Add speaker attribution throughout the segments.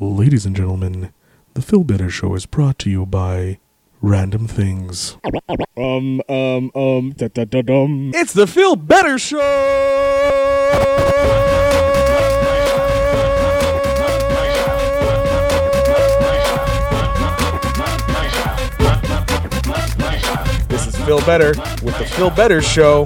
Speaker 1: Ladies and gentlemen, the Phil Better Show is brought to you by Random Things.
Speaker 2: Um, um, um, da da da dum.
Speaker 3: It's the Phil Better Show. This is Phil Better with the Phil Better Show.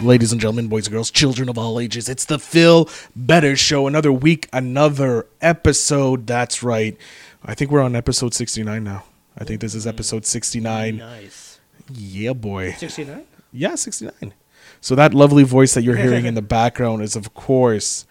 Speaker 1: Ladies and gentlemen, boys and girls, children of all ages, it's the Phil Better Show. Another week, another episode. That's right. I think we're on episode 69 now. I think this is episode 69.
Speaker 4: Nice.
Speaker 1: Yeah, boy.
Speaker 4: 69?
Speaker 1: Yeah, 69. So that lovely voice that you're hearing in the background is, of course,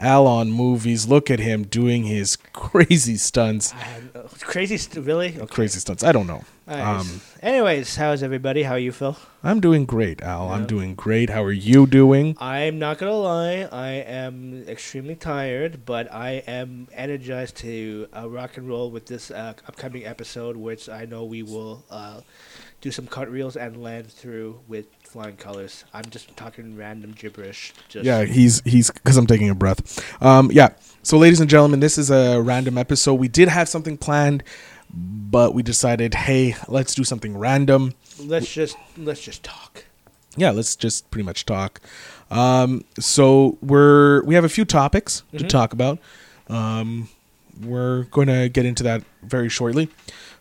Speaker 1: Alon Movies. Look at him doing his crazy stunts.
Speaker 4: Uh, Crazy, st- really? Okay.
Speaker 1: Crazy stunts. I don't know.
Speaker 4: Nice. Um, Anyways, how's everybody? How you, Phil?
Speaker 1: I'm doing great, Al. I'm doing great. How are you doing?
Speaker 4: I'm not gonna lie. I am extremely tired, but I am energized to uh, rock and roll with this uh, upcoming episode, which I know we will uh, do some cut reels and land through with flying colors. I'm just talking random gibberish. Just
Speaker 1: Yeah, he's he's because I'm taking a breath. Um, yeah. So, ladies and gentlemen, this is a random episode. We did have something planned, but we decided, hey, let's do something random.
Speaker 4: Let's just let's just talk.
Speaker 1: Yeah, let's just pretty much talk. Um, so we're we have a few topics to
Speaker 4: Mm-hmm.
Speaker 1: talk about. Um, we're going to get into that very shortly.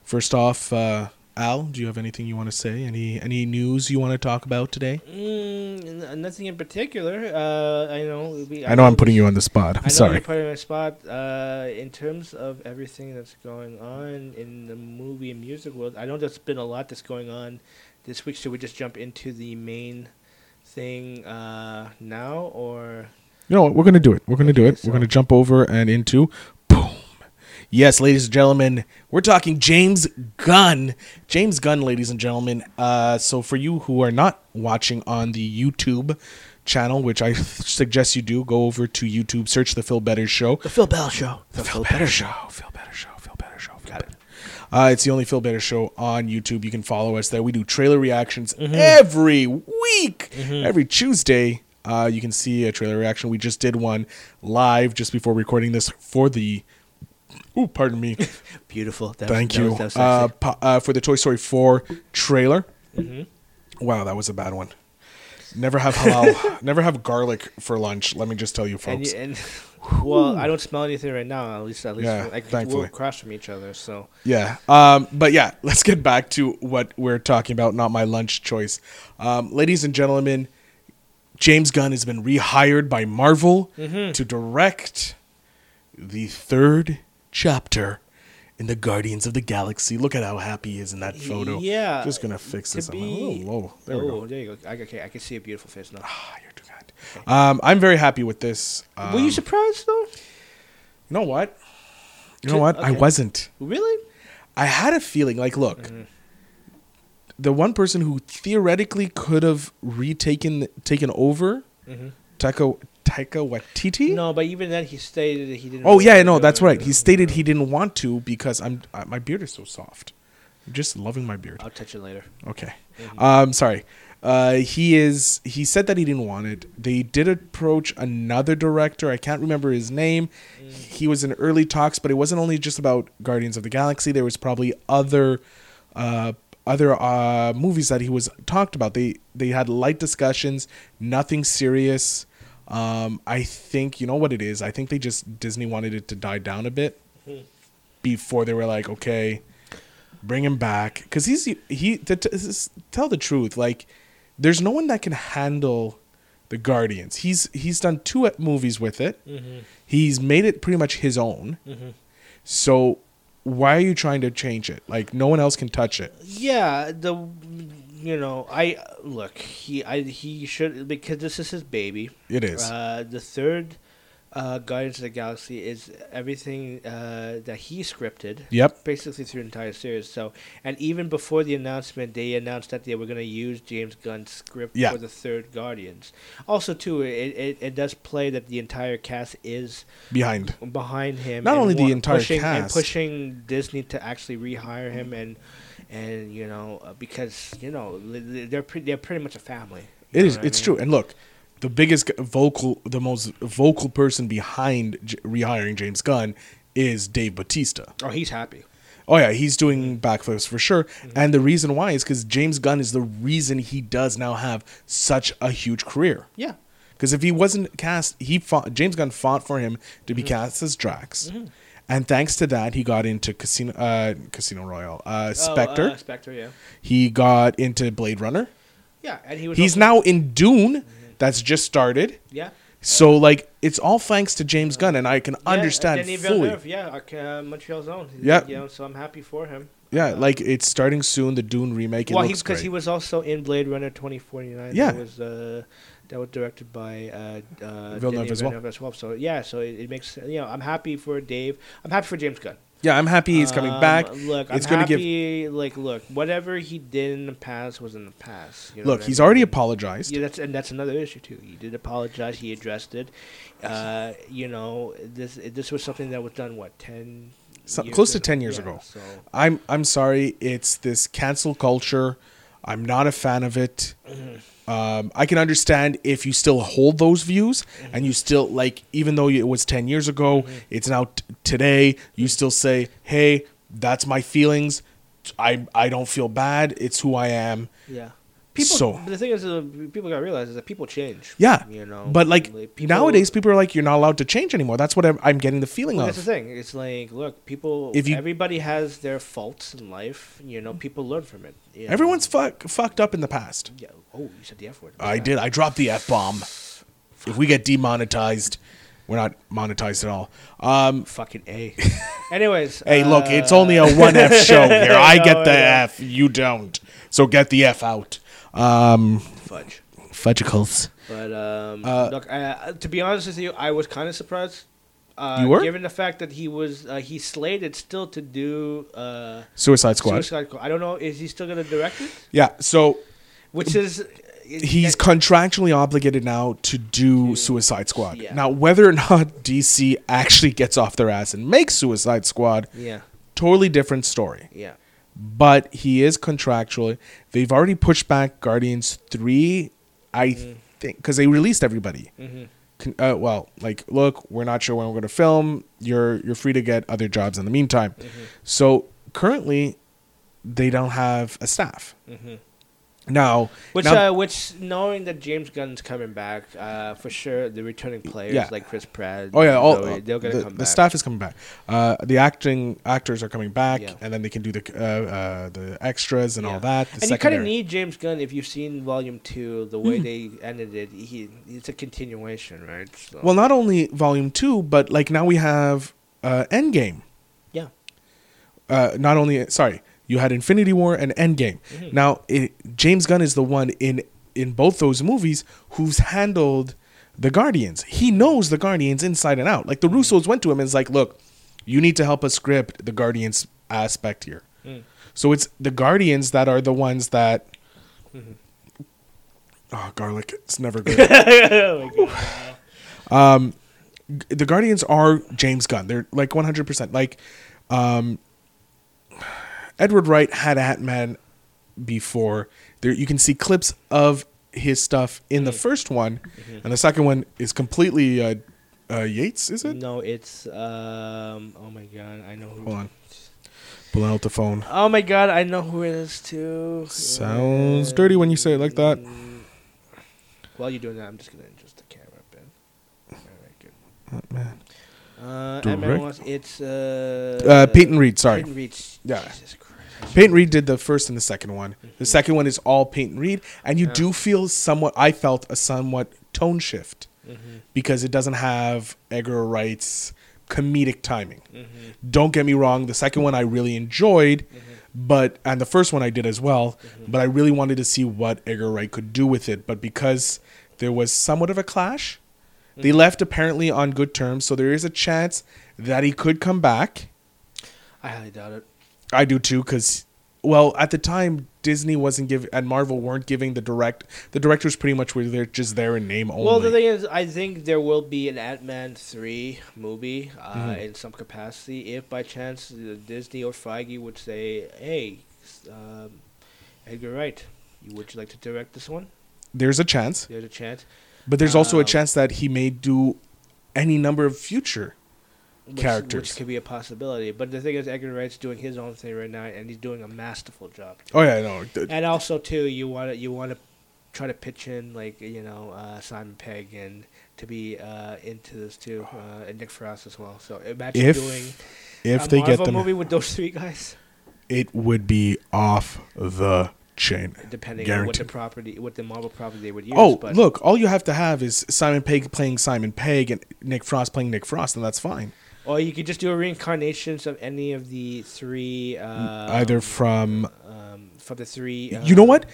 Speaker 1: First off, uh, Al, do you have anything you want to say? Any any news you want to talk about today?
Speaker 4: Mm, n- nothing in particular. Uh, I know. We,
Speaker 1: I know I'm putting you on the spot.
Speaker 4: I
Speaker 1: I'm
Speaker 4: know
Speaker 1: sorry.
Speaker 4: you're putting me on the spot. Uh, in terms of everything that's going on in the movie and music world, I know there's been a lot that's going on this week. Should we just jump into the main thing uh, now, or
Speaker 1: You know what? We're going to do it. We're going to do
Speaker 4: Okay,
Speaker 1: it.
Speaker 4: so-
Speaker 1: We're going to jump over and into boom. Yes, ladies and gentlemen, we're talking James Gunn. James Gunn, ladies and gentlemen. Uh, so for you who are not watching on the YouTube channel, which I suggest you do, go over to YouTube, search the Phil Better Show.
Speaker 4: the Phil Bell Show?
Speaker 1: The Phil Better Show. Phil Better Show. Phil Better Show. Phil Better. Uh, it's the only Phil Better Show on YouTube. You can follow us there. We do trailer reactions
Speaker 4: Mm-hmm.
Speaker 1: every week, every Tuesday. Uh, you can see a trailer reaction. We just did one live just before recording this for the. Ooh, pardon me.
Speaker 4: Beautiful. That was-
Speaker 1: Thank
Speaker 4: that
Speaker 1: you.
Speaker 4: was- that was sexy.
Speaker 1: uh, po- uh, for the Toy Story 4 trailer.
Speaker 4: Mm-hmm.
Speaker 1: Wow, that was a bad one. Never have halal. never have garlic for lunch. Let me just tell you, folks.
Speaker 4: and, you, and well, I don't smell anything right now. At least, at least,
Speaker 1: Yeah,
Speaker 4: like,
Speaker 1: thankfully.
Speaker 4: we're across from each other. So
Speaker 1: Yeah. Um, but yeah, let's get back to what we're talking about, not my lunch choice. Um, ladies and gentlemen, James Gunn has been rehired by Marvel
Speaker 4: Mm-hmm.
Speaker 1: to direct the third chapter in the Guardians of the Galaxy. Look at how happy he is in that photo.
Speaker 4: Yeah,
Speaker 1: Just going to fix
Speaker 4: to
Speaker 1: this. I'm a
Speaker 4: be-
Speaker 1: little low. There we
Speaker 4: oh,
Speaker 1: go.
Speaker 4: there you go. I, okay, I can see a beautiful face now.
Speaker 1: Ah, you're too kind. Um, I'm very happy with this. Um,
Speaker 4: Were you surprised though?
Speaker 1: you know what? You
Speaker 4: Could-
Speaker 1: know what? I
Speaker 4: okay.
Speaker 1: wasn't.
Speaker 4: Really?
Speaker 1: I had a feeling like, look, the one person who theoretically could have retaken taken over, Taika Taika Waititi.
Speaker 4: No, but even then, he stated that he didn't.
Speaker 1: Oh
Speaker 4: really
Speaker 1: yeah,
Speaker 4: wanna
Speaker 1: no,
Speaker 4: do
Speaker 1: that's
Speaker 4: it.
Speaker 1: right. He stated he didn't want to because I'm uh, my beard is so soft. I'm just loving my beard.
Speaker 4: I'll touch it later.
Speaker 1: Okay. Um, sorry. Uh, he is. He said that he didn't want it. They did approach another director. I can't remember his name. He was in early talks, but it wasn't only just about Guardians of the Galaxy. There was probably other, uh, other uh, movies that he was talked about. They they had light discussions, nothing serious. Um, I think you know what it is. I think they just Disney wanted it to die down a bit before they were like, okay, bring him back because he's he to, to- s- tell the truth like there's no one that can handle the guardians he's he's done two movies with it
Speaker 4: Mm-hmm.
Speaker 1: he's made it pretty much his own so why are you trying to change it like no one else can touch it
Speaker 4: Yeah, the you know I look he I he should because this is his baby.
Speaker 1: it is
Speaker 4: Uh, the third uh, Guardians of the Galaxy is everything uh, that he scripted.
Speaker 1: Yep.
Speaker 4: Basically through the entire series. So, and even before the announcement, they announced that they were going to use James Gunn's script
Speaker 1: Yeah.
Speaker 4: for the third Guardians. Also, too, it, it, it does play that the entire cast is
Speaker 1: Behind.
Speaker 4: behind him.
Speaker 1: Not
Speaker 4: and
Speaker 1: only the
Speaker 4: wa-
Speaker 1: entire
Speaker 4: pushing, and
Speaker 1: cast.
Speaker 4: pushing Disney to actually rehire him, and and you know uh, because you know li- li- they're pre- they're pretty much a family. You
Speaker 1: It
Speaker 4: know
Speaker 1: is.
Speaker 4: what I
Speaker 1: It's
Speaker 4: mean?
Speaker 1: true. And look, the biggest g- vocal, the most vocal person behind J- rehiring James Gunn is Dave Batista.
Speaker 4: Oh, he's happy.
Speaker 1: Oh yeah, he's doing backflips for sure.
Speaker 4: Mm-hmm.
Speaker 1: And the reason why is because James Gunn is the reason he does now have such a huge career.
Speaker 4: Yeah.
Speaker 1: Because if he wasn't cast, he fought, James Gunn fought for him to
Speaker 4: Mm-hmm.
Speaker 1: be cast as Drax, and thanks to that, he got into Casino uh, Casino Royale, uh, Spectre.
Speaker 4: Oh, uh, Spectre, yeah.
Speaker 1: he got into Blade Runner.
Speaker 4: Yeah, and he was.
Speaker 1: He's
Speaker 4: also-
Speaker 1: now in Dune. That's just started.
Speaker 4: Yeah.
Speaker 1: So like it's all thanks to James Gunn, and I can understand
Speaker 4: yeah, Denis
Speaker 1: fully.
Speaker 4: Villeneuve, yeah, like, uh, Montreal's own.
Speaker 1: Yeah.
Speaker 4: You know, so I'm happy for him.
Speaker 1: Yeah,
Speaker 4: Uh,
Speaker 1: like it's starting soon. The Dune remake. It
Speaker 4: well,
Speaker 1: looks
Speaker 4: because
Speaker 1: great.
Speaker 4: he was also in Blade Runner 2049.
Speaker 1: Yeah.
Speaker 4: that was uh, that was directed by uh, uh,
Speaker 1: Villeneuve
Speaker 4: Denis
Speaker 1: as well.
Speaker 4: as well. So yeah, so it, it makes you know I'm happy for Dave. I'm happy for James Gunn.
Speaker 1: yeah, I'm happy he's coming
Speaker 4: Um,
Speaker 1: back.
Speaker 4: Look,
Speaker 1: it's
Speaker 4: I'm
Speaker 1: gonna give-
Speaker 4: happy. Like, look, whatever he did in the past was in the past. You know
Speaker 1: Look,
Speaker 4: what I
Speaker 1: he's
Speaker 4: mean?
Speaker 1: already apologized.
Speaker 4: Yeah, that's and that's another issue too. He did apologize. He addressed it. Uh, you know, this this was something that was done what ten,
Speaker 1: So-
Speaker 4: years
Speaker 1: close to
Speaker 4: ago?
Speaker 1: 10 years
Speaker 4: Yeah,
Speaker 1: ago.
Speaker 4: So
Speaker 1: I'm I'm sorry. It's this cancel culture. I'm not a fan of it.
Speaker 4: Mm-hmm.
Speaker 1: Um, I can understand if you still hold those views and
Speaker 4: Mm-hmm.
Speaker 1: you still like, even though it was ten years ago, it's now t- today. You still say, "Hey, that's my feelings. I I don't feel bad. It's who I am."
Speaker 4: yeah, people.
Speaker 1: So-
Speaker 4: the thing is, uh, people got to realize is that people change.
Speaker 1: Yeah,
Speaker 4: you know,
Speaker 1: But like
Speaker 4: people-
Speaker 1: nowadays, people are like, "You're not allowed to change anymore." That's what I'm, I'm getting the feeling
Speaker 4: Well,
Speaker 1: of.
Speaker 4: that's the thing. It's like, look, people.
Speaker 1: If you-
Speaker 4: everybody has their faults in life. You know, people learn from it. you know.
Speaker 1: Everyone's fuck, fucked up in the past.
Speaker 4: Yeah. Oh, you said the F word.
Speaker 1: I
Speaker 4: Yeah.
Speaker 1: did. I dropped the f bomb. If we get demonetized, we're not monetized at all. Um,
Speaker 4: Fucking a. Anyways.
Speaker 1: hey, look,
Speaker 4: uh,
Speaker 1: it's only a one f show here. I
Speaker 4: No,
Speaker 1: get the
Speaker 4: I know.
Speaker 1: f, you don't. So get the f out. Um,
Speaker 4: fudge.
Speaker 1: fudgicles.
Speaker 4: But um,
Speaker 1: Uh,
Speaker 4: look, uh, to be honest with you, I was kind of surprised. Uh,
Speaker 1: You were?
Speaker 4: given the fact that he was uh, he slated still to do uh,
Speaker 1: Suicide Squad.
Speaker 4: Suicide Squad. I don't know is he still gonna direct it?
Speaker 1: Yeah. So
Speaker 4: Which is
Speaker 1: he's
Speaker 4: that,
Speaker 1: contractually obligated now to do Suicide Squad.
Speaker 4: yeah.
Speaker 1: Now, whether or not DC actually gets off their ass and makes Suicide Squad,
Speaker 4: yeah
Speaker 1: totally different story.
Speaker 4: yeah
Speaker 1: but he is contractually. They've already pushed back Guardians three, I
Speaker 4: Mm-hmm.
Speaker 1: think, because they released everybody. Con- Uh, well, like, look, we're not sure when we're going to film. You're you're free to get other jobs in the meantime.
Speaker 4: Mm-hmm.
Speaker 1: So currently, they don't have a staff. Now,
Speaker 4: Mm-hmm. which
Speaker 1: now-
Speaker 4: uh, which knowing that James Gunn's coming back uh, for sure the returning players
Speaker 1: Yeah.
Speaker 4: like Chris Pratt
Speaker 1: oh yeah, all,
Speaker 4: Zoe, they're gonna
Speaker 1: the,
Speaker 4: come
Speaker 1: the
Speaker 4: back
Speaker 1: staff is coming back. Uh, the acting actors are coming back,
Speaker 4: Yeah.
Speaker 1: and then they can do the uh, uh, the extras and
Speaker 4: Yeah.
Speaker 1: all that. The
Speaker 4: and you kind of
Speaker 1: secondary. Hmm.
Speaker 4: need James Gunn if you've seen Volume Two the way they ended it he it's a continuation right so,
Speaker 1: Well, not only Volume Two, but like now we have uh, Endgame.
Speaker 4: yeah
Speaker 1: Uh, not only sorry, you had Infinity War and Endgame. Now it, James Gunn is the one in in both those movies who's handled the Guardians. He knows the Guardians inside and out. Like the Russos went to him and is like, "Look, you need to help us script the Guardians aspect here." So it's the Guardians that are the ones that.
Speaker 4: Mm-hmm.
Speaker 1: Oh, garlic! It's never good.
Speaker 4: Oh
Speaker 1: Um, the Guardians are James Gunn. They're like 100%. Like, um, Edward Wright had Ant Man before. There, you can see clips of his stuff in
Speaker 4: Mm-hmm.
Speaker 1: the first one, and the second one is completely uh, uh, Yates. Is it?
Speaker 4: No, it's um. Oh my god, I know who.
Speaker 1: Hold on, pulling out the phone.
Speaker 4: Oh my god, I know who it is too.
Speaker 1: Sounds dirty when you say it like that.
Speaker 4: Mm. While you're doing that, I'm just gonna adjust the camera a bit. All right, good. Uh,
Speaker 1: Direct-
Speaker 4: Ant-Man was, it's uh,
Speaker 1: Uh, Peyton Reed. Sorry,
Speaker 4: Peyton Reed's-
Speaker 1: Yeah.
Speaker 4: Jesus Christ.
Speaker 1: Peyton Reed did the first and the second one. The second one is all Peyton Reed, and you
Speaker 4: Mm-hmm. Yeah.
Speaker 1: do feel somewhat. I felt a somewhat tone shift
Speaker 4: Mm-hmm.
Speaker 1: because it doesn't have Edgar Wright's comedic timing.
Speaker 4: Mm-hmm.
Speaker 1: Don't get me wrong; the second one I really enjoyed, but and the first one I did as well.
Speaker 4: Mm-hmm.
Speaker 1: But I really wanted to see what Edgar Wright could do with it. But because there was somewhat of a clash, They
Speaker 4: Mm-hmm.
Speaker 1: left apparently on good terms, so there is a chance that he could come back.
Speaker 4: I highly doubt it.
Speaker 1: I do too, because well, at the time Disney wasn't giving and Marvel weren't giving the direct. The directors pretty much were there just there in name only.
Speaker 4: Well, the thing is, I think there will be an Ant Man three movie uh,
Speaker 1: Mm-hmm.
Speaker 4: in some capacity. If by chance uh, Disney or Feige would say, "Hey, s- um, Edgar Wright, you- would you like to direct this one?"
Speaker 1: there's a chance,
Speaker 4: There's a chance.
Speaker 1: but there's also a
Speaker 4: Um,
Speaker 1: chance that he may do any number of future.
Speaker 4: Which,
Speaker 1: Characters.
Speaker 4: which could be a possibility. But the thing is, Edgar Wright's doing his own thing right now, and he's doing a masterful job.
Speaker 1: Oh yeah, no, th-
Speaker 4: And also, too, you want to you want to try to pitch in like you know uh, Simon Pegg and to be uh, into this too, uh, and Nick Frost as well. So imagine
Speaker 1: If
Speaker 4: doing
Speaker 1: if
Speaker 4: a
Speaker 1: they
Speaker 4: Marvel
Speaker 1: get them,
Speaker 4: movie with those three guys,
Speaker 1: it would be off the chain.
Speaker 4: depending on what the
Speaker 1: Guaranteed.
Speaker 4: property, what the Marvel property they would use.
Speaker 1: Oh,
Speaker 4: but
Speaker 1: look, all you have to have is Simon Pegg playing Simon Pegg and Nick Frost playing Nick Frost, and that's fine.
Speaker 4: or you could just do a reincarnations of any of the three. Uh,
Speaker 1: Either from
Speaker 4: um, from the three.
Speaker 1: you know
Speaker 4: um,
Speaker 1: what?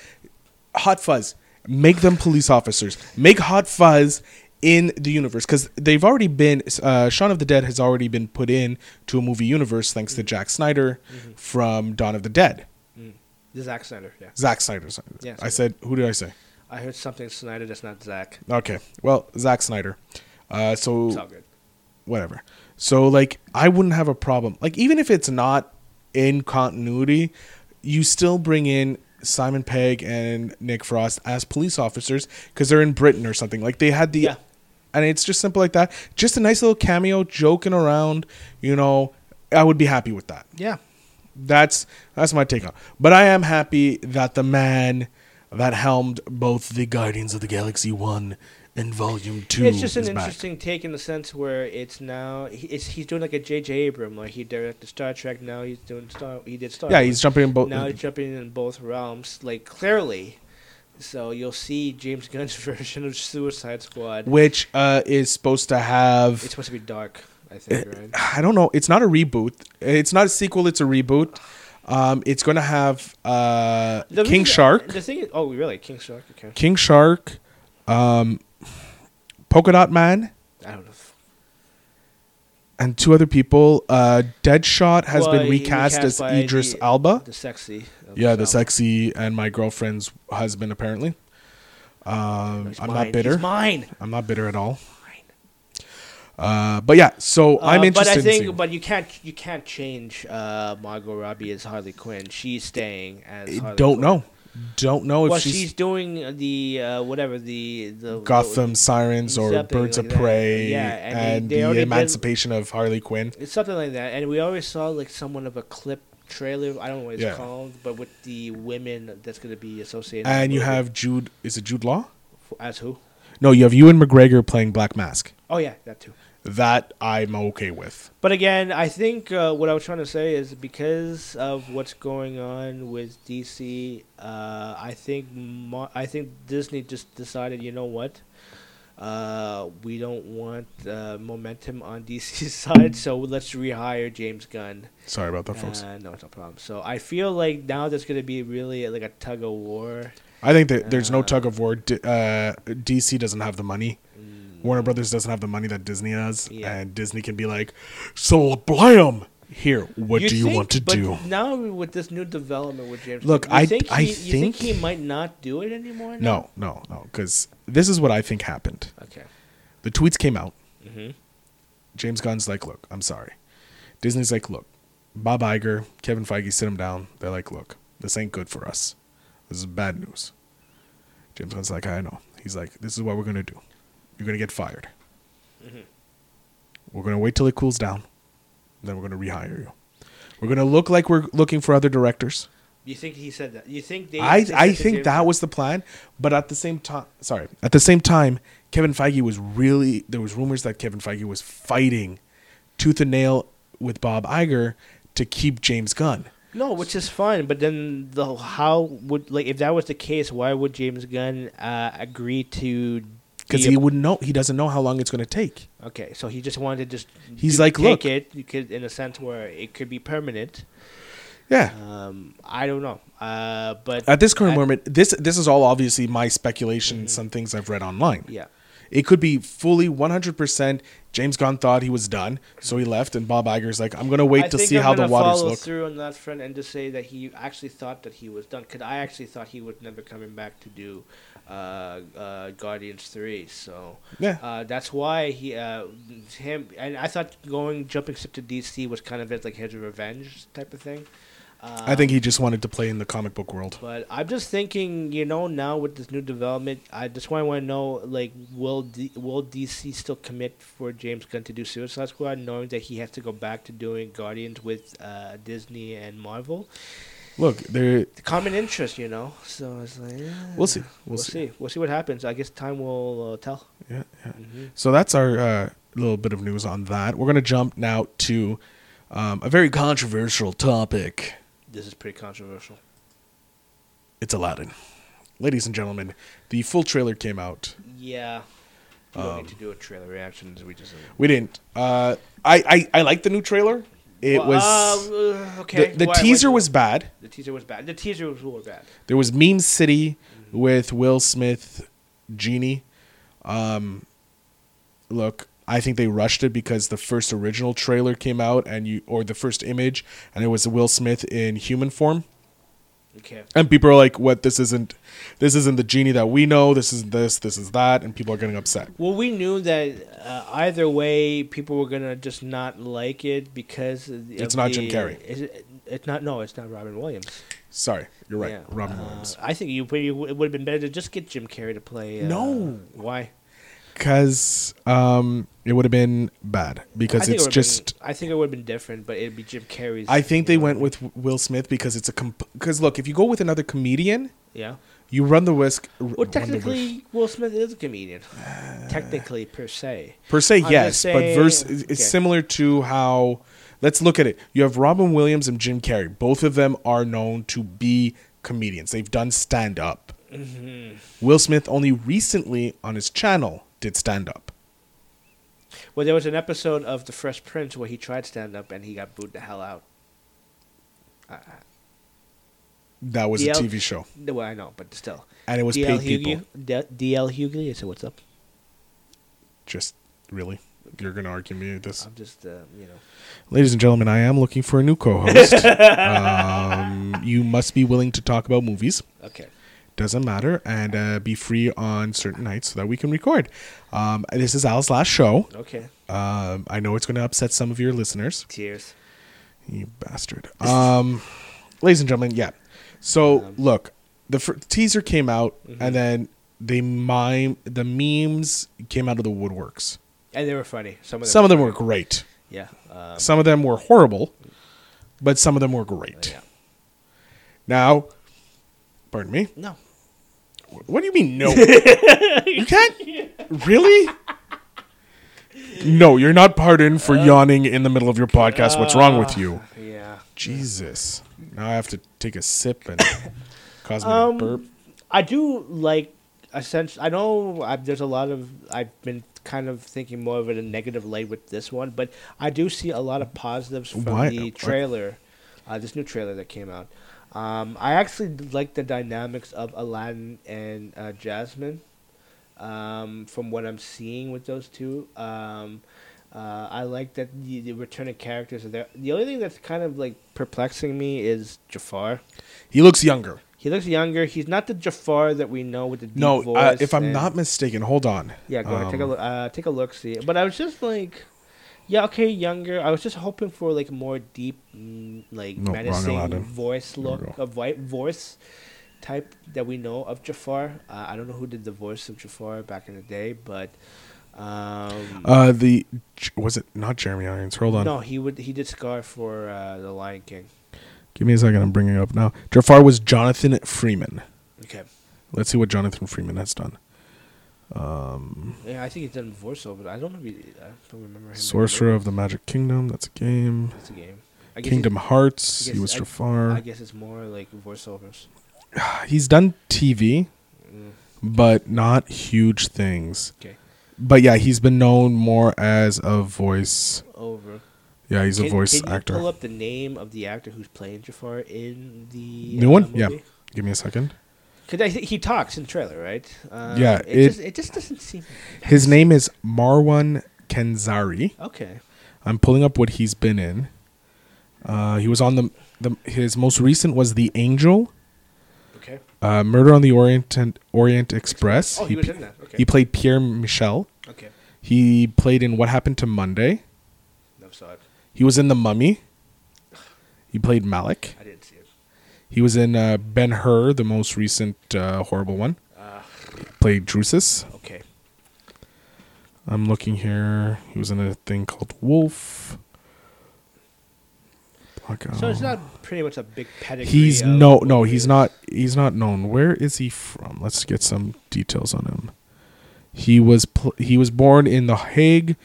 Speaker 1: Hot Fuzz. Make them police officers. Make Hot Fuzz in the universe because they've already been. Uh, Shaun of the Dead has already been put in to a movie universe thanks
Speaker 4: Mm-hmm.
Speaker 1: to Jack Snyder from Dawn of the Dead.
Speaker 4: The Zack Snyder. Yeah,
Speaker 1: Zack Snyder.
Speaker 4: Yes.
Speaker 1: I said. Who did I say?
Speaker 4: I heard something Snyder that's not Zack.
Speaker 1: Okay. Well, Zack Snyder. Uh,
Speaker 4: It's all
Speaker 1: so
Speaker 4: good.
Speaker 1: whatever. So like, I wouldn't have a problem. Like, even if it's not in continuity, you still bring in Simon Pegg and Nick Frost as police officers because they're in Britain or something. Like they had the,
Speaker 4: Yeah.
Speaker 1: and it's just simple like that. Just a nice little cameo, joking around. You know, I would be happy with that.
Speaker 4: Yeah.
Speaker 1: That's that's my take on. it. But I am happy that the man that helmed both the Guardians of the Galaxy one and Volume two
Speaker 4: It's just an
Speaker 1: is back.
Speaker 4: interesting take in the sense where it's now he- it's, he's doing like a J.J. Abrams, like he directed Star Trek. Now he's doing Star. He did Star.
Speaker 1: Yeah,
Speaker 4: Wars.
Speaker 1: he's jumping in both.
Speaker 4: now he's jumping in both realms, like clearly. So you'll see James Gunn's version of Suicide Squad.
Speaker 1: which uh, is supposed to have.
Speaker 4: it's supposed to be dark, I think, right?
Speaker 1: I don't know. It's not a reboot. It's not a sequel. It's a reboot. Um, it's going to have uh,
Speaker 4: The
Speaker 1: King
Speaker 4: thing-
Speaker 1: Shark,
Speaker 4: The thing is, oh, really, King Shark? Okay,
Speaker 1: King Shark, um, Polka Dot Man,
Speaker 4: I don't know.
Speaker 1: and two other people. Uh, Deadshot has
Speaker 4: Well,
Speaker 1: been
Speaker 4: he
Speaker 1: recast, as
Speaker 4: by
Speaker 1: Idris
Speaker 4: the-
Speaker 1: Alba.
Speaker 4: The sexy. uh, of
Speaker 1: yeah, the
Speaker 4: South.
Speaker 1: sexy and my girlfriend's husband apparently. Um,
Speaker 4: He's
Speaker 1: I'm
Speaker 4: mine.
Speaker 1: not bitter.
Speaker 4: He's mine. Uh,
Speaker 1: I'm not bitter at all.
Speaker 4: Mine.
Speaker 1: Uh, but yeah, so I'm
Speaker 4: Uh,
Speaker 1: interested.
Speaker 4: But I
Speaker 1: in
Speaker 4: think,
Speaker 1: seeing-
Speaker 4: but you can't, you can't change uh, Margot Robbie as Harley Quinn. She's staying as. Harley
Speaker 1: don't
Speaker 4: Quinn.
Speaker 1: know, don't know if
Speaker 4: Well, she's,
Speaker 1: she's,
Speaker 4: doing the uh, whatever the the
Speaker 1: Gotham Sirens or
Speaker 4: Something
Speaker 1: Birds
Speaker 4: like
Speaker 1: of
Speaker 4: that.
Speaker 1: Prey
Speaker 4: Yeah, and they-
Speaker 1: and,
Speaker 4: they already
Speaker 1: the
Speaker 4: did-
Speaker 1: Emancipation of Harley Quinn.
Speaker 4: It's something like that, and we always saw like someone of a clip trailer. I don't know what it's
Speaker 1: Yeah.
Speaker 4: called, but with the women that's going to be associated. with
Speaker 1: And
Speaker 4: the
Speaker 1: you
Speaker 4: movie.
Speaker 1: have Jude. Is it Jude Law?
Speaker 4: as who?
Speaker 1: No, you have Ewan McGregor playing Black Mask.
Speaker 4: Oh yeah, that too.
Speaker 1: That I'm okay with.
Speaker 4: But again, I think uh, what I was trying to say is because of what's going on with DC, uh, I think Mar- I think Disney just decided, you know what, uh, we don't want uh, momentum on DC's side, so let's rehire James Gunn.
Speaker 1: Sorry about that, folks.
Speaker 4: Uh, no, it's no problem. So I feel like now there's going to be really like a tug of war.
Speaker 1: I think that there's no
Speaker 4: uh,
Speaker 1: tug of war. D- uh, DC doesn't have the money. Warner Brothers doesn't have the money that Disney has,
Speaker 4: Mm. Yeah.
Speaker 1: and Disney can be like, "So blam, here. What do you
Speaker 4: think-
Speaker 1: want to
Speaker 4: but
Speaker 1: do?"
Speaker 4: now with this new development with James?
Speaker 1: Look,
Speaker 4: Gunn, you
Speaker 1: I-
Speaker 4: think
Speaker 1: I
Speaker 4: he, you think
Speaker 1: think-
Speaker 4: he might not do it anymore. now?
Speaker 1: No, no, no. Because this is what I think happened.
Speaker 4: Okay.
Speaker 1: The tweets came out.
Speaker 4: Mhm.
Speaker 1: James Gunn's like, look, I'm sorry. Disney's like, look, Bob Iger, Kevin Feige, sit him down. They're like, look, this ain't good for us. This is bad news. James Gunn's like, I know. He's like, this is what we're gonna do. You're gonna get fired. We're gonna wait till it cools down. Then we're gonna rehire you. We're gonna look like we're looking for other directors.
Speaker 4: You think he said that? You think they?
Speaker 1: I,
Speaker 4: they
Speaker 1: I
Speaker 4: said to
Speaker 1: think
Speaker 4: James
Speaker 1: that
Speaker 4: Gunn-
Speaker 1: was the plan, but at the same time, sorry, at the same time, Kevin Feige was really there was rumors that Kevin Feige was fighting tooth and nail with Bob Iger to keep James Gunn.
Speaker 4: no, which is fine. But then the how would like if that was the case, why would James Gunn uh, agree to?
Speaker 1: Because
Speaker 4: be
Speaker 1: he
Speaker 4: a-
Speaker 1: wouldn't know, he doesn't know how long it's going to take.
Speaker 4: Okay, so he just wanted to just.
Speaker 1: He's
Speaker 4: do-
Speaker 1: like,
Speaker 4: take
Speaker 1: "Look."
Speaker 4: it you could, in a sense where it could be permanent.
Speaker 1: Yeah.
Speaker 4: Um, I don't know. Uh, but
Speaker 1: At this current
Speaker 4: I- Mm-hmm.
Speaker 1: moment, this this is all obviously my speculation. Some things I've read online.
Speaker 4: yeah,
Speaker 1: It could be fully 100%. James Gunn thought he was done, so he left, and Bob Iger's like, I'm going to wait
Speaker 4: I
Speaker 1: to
Speaker 4: think
Speaker 1: see
Speaker 4: I'm
Speaker 1: how the
Speaker 4: gonna
Speaker 1: waters
Speaker 4: follow
Speaker 1: look.
Speaker 4: through on that front and to say that he actually thought that he was done. Because I actually thought he was never coming back to do uh, uh, Guardians Three. So
Speaker 1: Yeah.
Speaker 4: uh, that's why he uh, him and I thought going jumping ship to DC was kind of it, like his revenge type of thing. Uh,
Speaker 1: I think he just wanted to play in the comic book world.
Speaker 4: But I'm just thinking, you know, now with this new development, I just want to know, like, will D- will DC still commit for James Gunn to do Suicide Squad, knowing that he has to go back to doing Guardians with uh, Disney and Marvel?
Speaker 1: Look, there.
Speaker 4: The common interest, you know. So it's like yeah.
Speaker 1: We'll see. We'll,
Speaker 4: We'll
Speaker 1: see.
Speaker 4: see. We'll see what happens. I guess time will uh, tell.
Speaker 1: Yeah, yeah.
Speaker 4: Mm-hmm.
Speaker 1: So that's our uh, little bit of news on that. We're gonna jump now to um, a very controversial topic.
Speaker 4: This is pretty controversial.
Speaker 1: It's Aladdin, ladies and gentlemen. The full trailer came out.
Speaker 4: Yeah. We
Speaker 1: Um,
Speaker 4: don't need to do a trailer reaction. We just
Speaker 1: We didn't. Uh, I, I I like the new trailer. It
Speaker 4: Well,
Speaker 1: was
Speaker 4: uh, okay.
Speaker 1: the, the
Speaker 4: Why- why-
Speaker 1: teaser was bad.
Speaker 4: the teaser was bad. The teaser was really bad.
Speaker 1: There was Meme City with Will Smith, Genie. Um, look, I think they rushed it because the first original trailer came out and you or the first image and it was Will Smith in human form.
Speaker 4: Okay.
Speaker 1: And people are like, "What? This isn't, this isn't the genie that we know. This is this. This is that." And people are getting upset.
Speaker 4: Well, we knew that uh, either way, people were gonna just not like it because of the-
Speaker 1: It's
Speaker 4: of
Speaker 1: not Jim
Speaker 4: the-
Speaker 1: Carrey.
Speaker 4: Is it, it's not. No, it's not Robin Williams.
Speaker 1: Sorry, you're right,
Speaker 4: Yeah.
Speaker 1: Robin
Speaker 4: Uh,
Speaker 1: Williams.
Speaker 4: I think you, you it would have been better to just get Jim Carrey to play. Uh,
Speaker 1: No.
Speaker 4: why?
Speaker 1: Because um, it would have been bad. Because
Speaker 4: I think it
Speaker 1: it's
Speaker 4: would've been-
Speaker 1: just
Speaker 4: I think it would have been different, but it'd be Jim Carrey's.
Speaker 1: I think they
Speaker 4: you know,
Speaker 1: went with Will Smith because it's a because look, if you go with another comedian,
Speaker 4: Yeah.
Speaker 1: you run the risk. r- run
Speaker 4: Well,
Speaker 1: the risk.
Speaker 4: technically, Will Smith is a comedian. technically, per se.
Speaker 1: per se,
Speaker 4: I'm
Speaker 1: yes,
Speaker 4: just
Speaker 1: but verse
Speaker 4: saying-
Speaker 1: it's
Speaker 4: okay.
Speaker 1: similar to how. Let's look at it. You have Robin Williams and Jim Carrey. Both of them are known to be comedians. They've done stand up.
Speaker 4: Mm-hmm.
Speaker 1: Will Smith only recently on his channel did stand up.
Speaker 4: Well, there was an episode of The Fresh Prince where he tried stand up and he got booed the hell out.
Speaker 1: That was
Speaker 4: DL
Speaker 1: a TV show,
Speaker 4: No, Well, I know, but still.
Speaker 1: and it was
Speaker 4: DL
Speaker 1: paid
Speaker 4: Hughley.
Speaker 1: people.
Speaker 4: D- DL Hughley. I said, "What's up?"
Speaker 1: Just really, you're gonna argue me with this?
Speaker 4: I'm just, uh, you know.
Speaker 1: Ladies and gentlemen, I am looking for a new co-host. um, you must be willing to talk about movies.
Speaker 4: Okay.
Speaker 1: Doesn't matter, and uh, be free on certain nights so that we can record. Um, this is Al's last show.
Speaker 4: Okay.
Speaker 1: Um, I know it's going to upset some of your listeners.
Speaker 4: Tears.
Speaker 1: You bastard. Um, ladies and gentlemen, yeah. So
Speaker 4: Um,
Speaker 1: look, the fir- teaser came out,
Speaker 4: Mm-hmm.
Speaker 1: and then they mime the memes came out of the woodworks.
Speaker 4: And they were funny. Some of them.
Speaker 1: Some of them
Speaker 4: funny.
Speaker 1: were great.
Speaker 4: Yeah. Um,
Speaker 1: Some of them were horrible, but some of them were great.
Speaker 4: yeah.
Speaker 1: Now, pardon me.
Speaker 4: No.
Speaker 1: What do you mean no? you can't really? No, you're not pardoned
Speaker 4: Uh,
Speaker 1: for yawning in the middle of your podcast. What's wrong with you?
Speaker 4: Yeah.
Speaker 1: Jesus. Now I have to take a sip and cause me
Speaker 4: Um,
Speaker 1: to burp.
Speaker 4: I do like a sense. I know i there's a lot of. I've been kind of thinking more of it in a negative light with this one, but I do see a lot of positives from
Speaker 1: Why-
Speaker 4: the
Speaker 1: why-
Speaker 4: trailer, uh, this new trailer that came out. Um, I actually like the dynamics of Aladdin and uh, Jasmine. Um, from what I'm seeing with those two, um, uh, I like that the, the returning characters are there. The only thing that's kind of like perplexing me is Jafar.
Speaker 1: He looks younger.
Speaker 4: He looks younger. He's not the Jafar that we know with the deep
Speaker 1: No,
Speaker 4: voice.
Speaker 1: uh, if I'm
Speaker 4: and-
Speaker 1: not mistaken, hold on.
Speaker 4: yeah, go ahead, take a
Speaker 1: Um,
Speaker 4: look. Uh, take a look, see. But I was just like, yeah, okay, younger. I was just hoping for like more deep, mm, like
Speaker 1: No, wrong Aladdin.
Speaker 4: menacing voice
Speaker 1: There we
Speaker 4: look
Speaker 1: go.
Speaker 4: of white voice type that we know of Jafar. Uh, I don't know who did the voice of Jafar back in the day, but um,
Speaker 1: Uh, the was it not Jeremy Irons? Hold on.
Speaker 4: no, he would he did Scar for uh, the Lion King.
Speaker 1: Give me a second. I'm bringing it up now. Jafar was Jonathan Freeman.
Speaker 4: Okay,
Speaker 1: Let's see what Jonathan Freeman has done.
Speaker 4: yeah, I think he's done voiceover. I don't know. If he, I don't remember him.
Speaker 1: Sorcerer of the Magic Kingdom. That's a game.
Speaker 4: It's a game. I guess he's-
Speaker 1: Kingdom Hearts.
Speaker 4: I
Speaker 1: He
Speaker 4: guess-
Speaker 1: was
Speaker 4: I-
Speaker 1: Jafar.
Speaker 4: I guess it's more like voiceovers.
Speaker 1: He's done TV,
Speaker 4: Mm.
Speaker 1: but not huge things.
Speaker 4: Okay,
Speaker 1: But yeah, he's been known more as a voice.
Speaker 4: over.
Speaker 1: Yeah, he's a voice
Speaker 4: can You pull
Speaker 1: actor.
Speaker 4: up the name of the actor who's playing Jafar in the
Speaker 1: New one?
Speaker 4: uh,
Speaker 1: Yeah.
Speaker 4: movie?
Speaker 1: Give me a second.
Speaker 4: Because I think he talks in the trailer, right? Uh,
Speaker 1: Yeah,
Speaker 4: It,
Speaker 1: it-
Speaker 4: just, it just doesn't seem.
Speaker 1: His name is Marwan Kenzari.
Speaker 4: Okay.
Speaker 1: I'm pulling up what he's been in. Uh, he was on the, the his most recent was The Angel,
Speaker 4: Okay.
Speaker 1: uh, Murder on the Orient and Orient Express.
Speaker 4: Oh, he was in that. Okay.
Speaker 1: He played Pierre Michel.
Speaker 4: okay.
Speaker 1: He played in What Happened to Monday.
Speaker 4: Never saw it.
Speaker 1: He was in The Mummy. He played Malik.
Speaker 4: I didn't see it.
Speaker 1: He was in uh, Ben Hur, the most recent uh, horrible one.
Speaker 4: Ah.
Speaker 1: Played Drusus.
Speaker 4: Okay.
Speaker 1: I'm looking here. He was in a thing called Wolf. Blackout.
Speaker 4: So it's not pretty much a big pedigree.
Speaker 1: Oh. he's
Speaker 4: of
Speaker 1: no
Speaker 4: what
Speaker 1: no
Speaker 4: he
Speaker 1: he's
Speaker 4: is.
Speaker 1: not he's not known where is he from let's get some details on him he was pl- he was born in the hague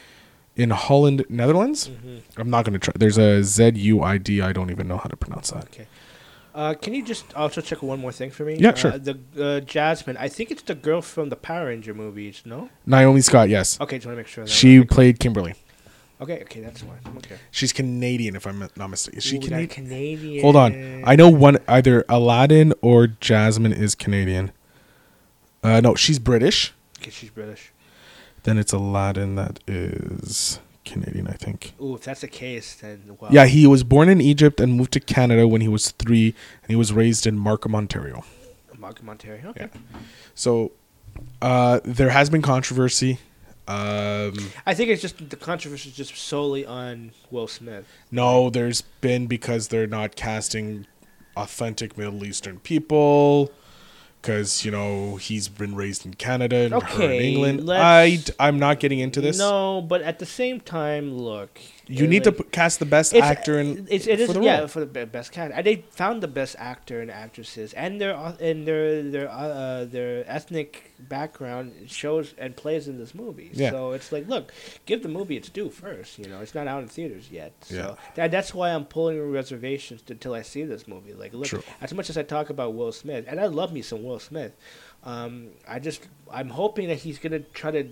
Speaker 1: in holland netherlands
Speaker 4: Mm-hmm.
Speaker 1: i'm not going to try there's a z-u-i-d i don't even know how to pronounce that
Speaker 4: Okay. Uh, can you just also check one more thing for me?
Speaker 1: Yeah,
Speaker 4: Uh,
Speaker 1: sure.
Speaker 4: the uh, Jasmine, I think it's the girl from the Power Ranger movies. No.
Speaker 1: naomi scott yes
Speaker 4: Okay, just want to make sure. That
Speaker 1: she played kimberly
Speaker 4: Okay. Okay, that's one. Okay.
Speaker 1: she's canadian if i'm not mistaken is she
Speaker 4: Ooh, that
Speaker 1: canadian
Speaker 4: Canadian.
Speaker 1: hold on i know one either aladdin or jasmine is canadian uh no she's british
Speaker 4: Okay, she's British.
Speaker 1: then it's aladdin that is canadian i think
Speaker 4: Ooh, if that's the case, then wow.
Speaker 1: Yeah, he was born in Egypt and moved to Canada when he was three, and he was raised in Markham, Ontario.
Speaker 4: Malcolm Ontario. Okay.
Speaker 1: So uh, there has been controversy. Um,
Speaker 4: I think it's just the controversy is just solely on Will Smith.
Speaker 1: no, there's been because they're not casting authentic Middle Eastern people. Because you know he's been raised in Canada and her in
Speaker 4: Okay,
Speaker 1: England.
Speaker 4: let's-
Speaker 1: I am not getting into this.
Speaker 4: No, but at the same time, look.
Speaker 1: you
Speaker 4: it-
Speaker 1: need to
Speaker 4: like,
Speaker 1: p- cast the best
Speaker 4: it's-
Speaker 1: actor in
Speaker 4: it's, it is
Speaker 1: for the
Speaker 4: yeah
Speaker 1: role.
Speaker 4: for the be- best cat. And they found the best actor and actresses, and their au- and their their uh, their ethnic background shows and plays in this movie.
Speaker 1: Yeah.
Speaker 4: So it's like, look, give the movie its due first. You know, it's not out in theaters yet. So
Speaker 1: Yeah.
Speaker 4: that, that's why I'm pulling reservations until I see this movie. Like, look,
Speaker 1: True.
Speaker 4: as much as I talk about Will Smith, and I love me some Will Smith, um, I just I'm hoping that he's gonna try to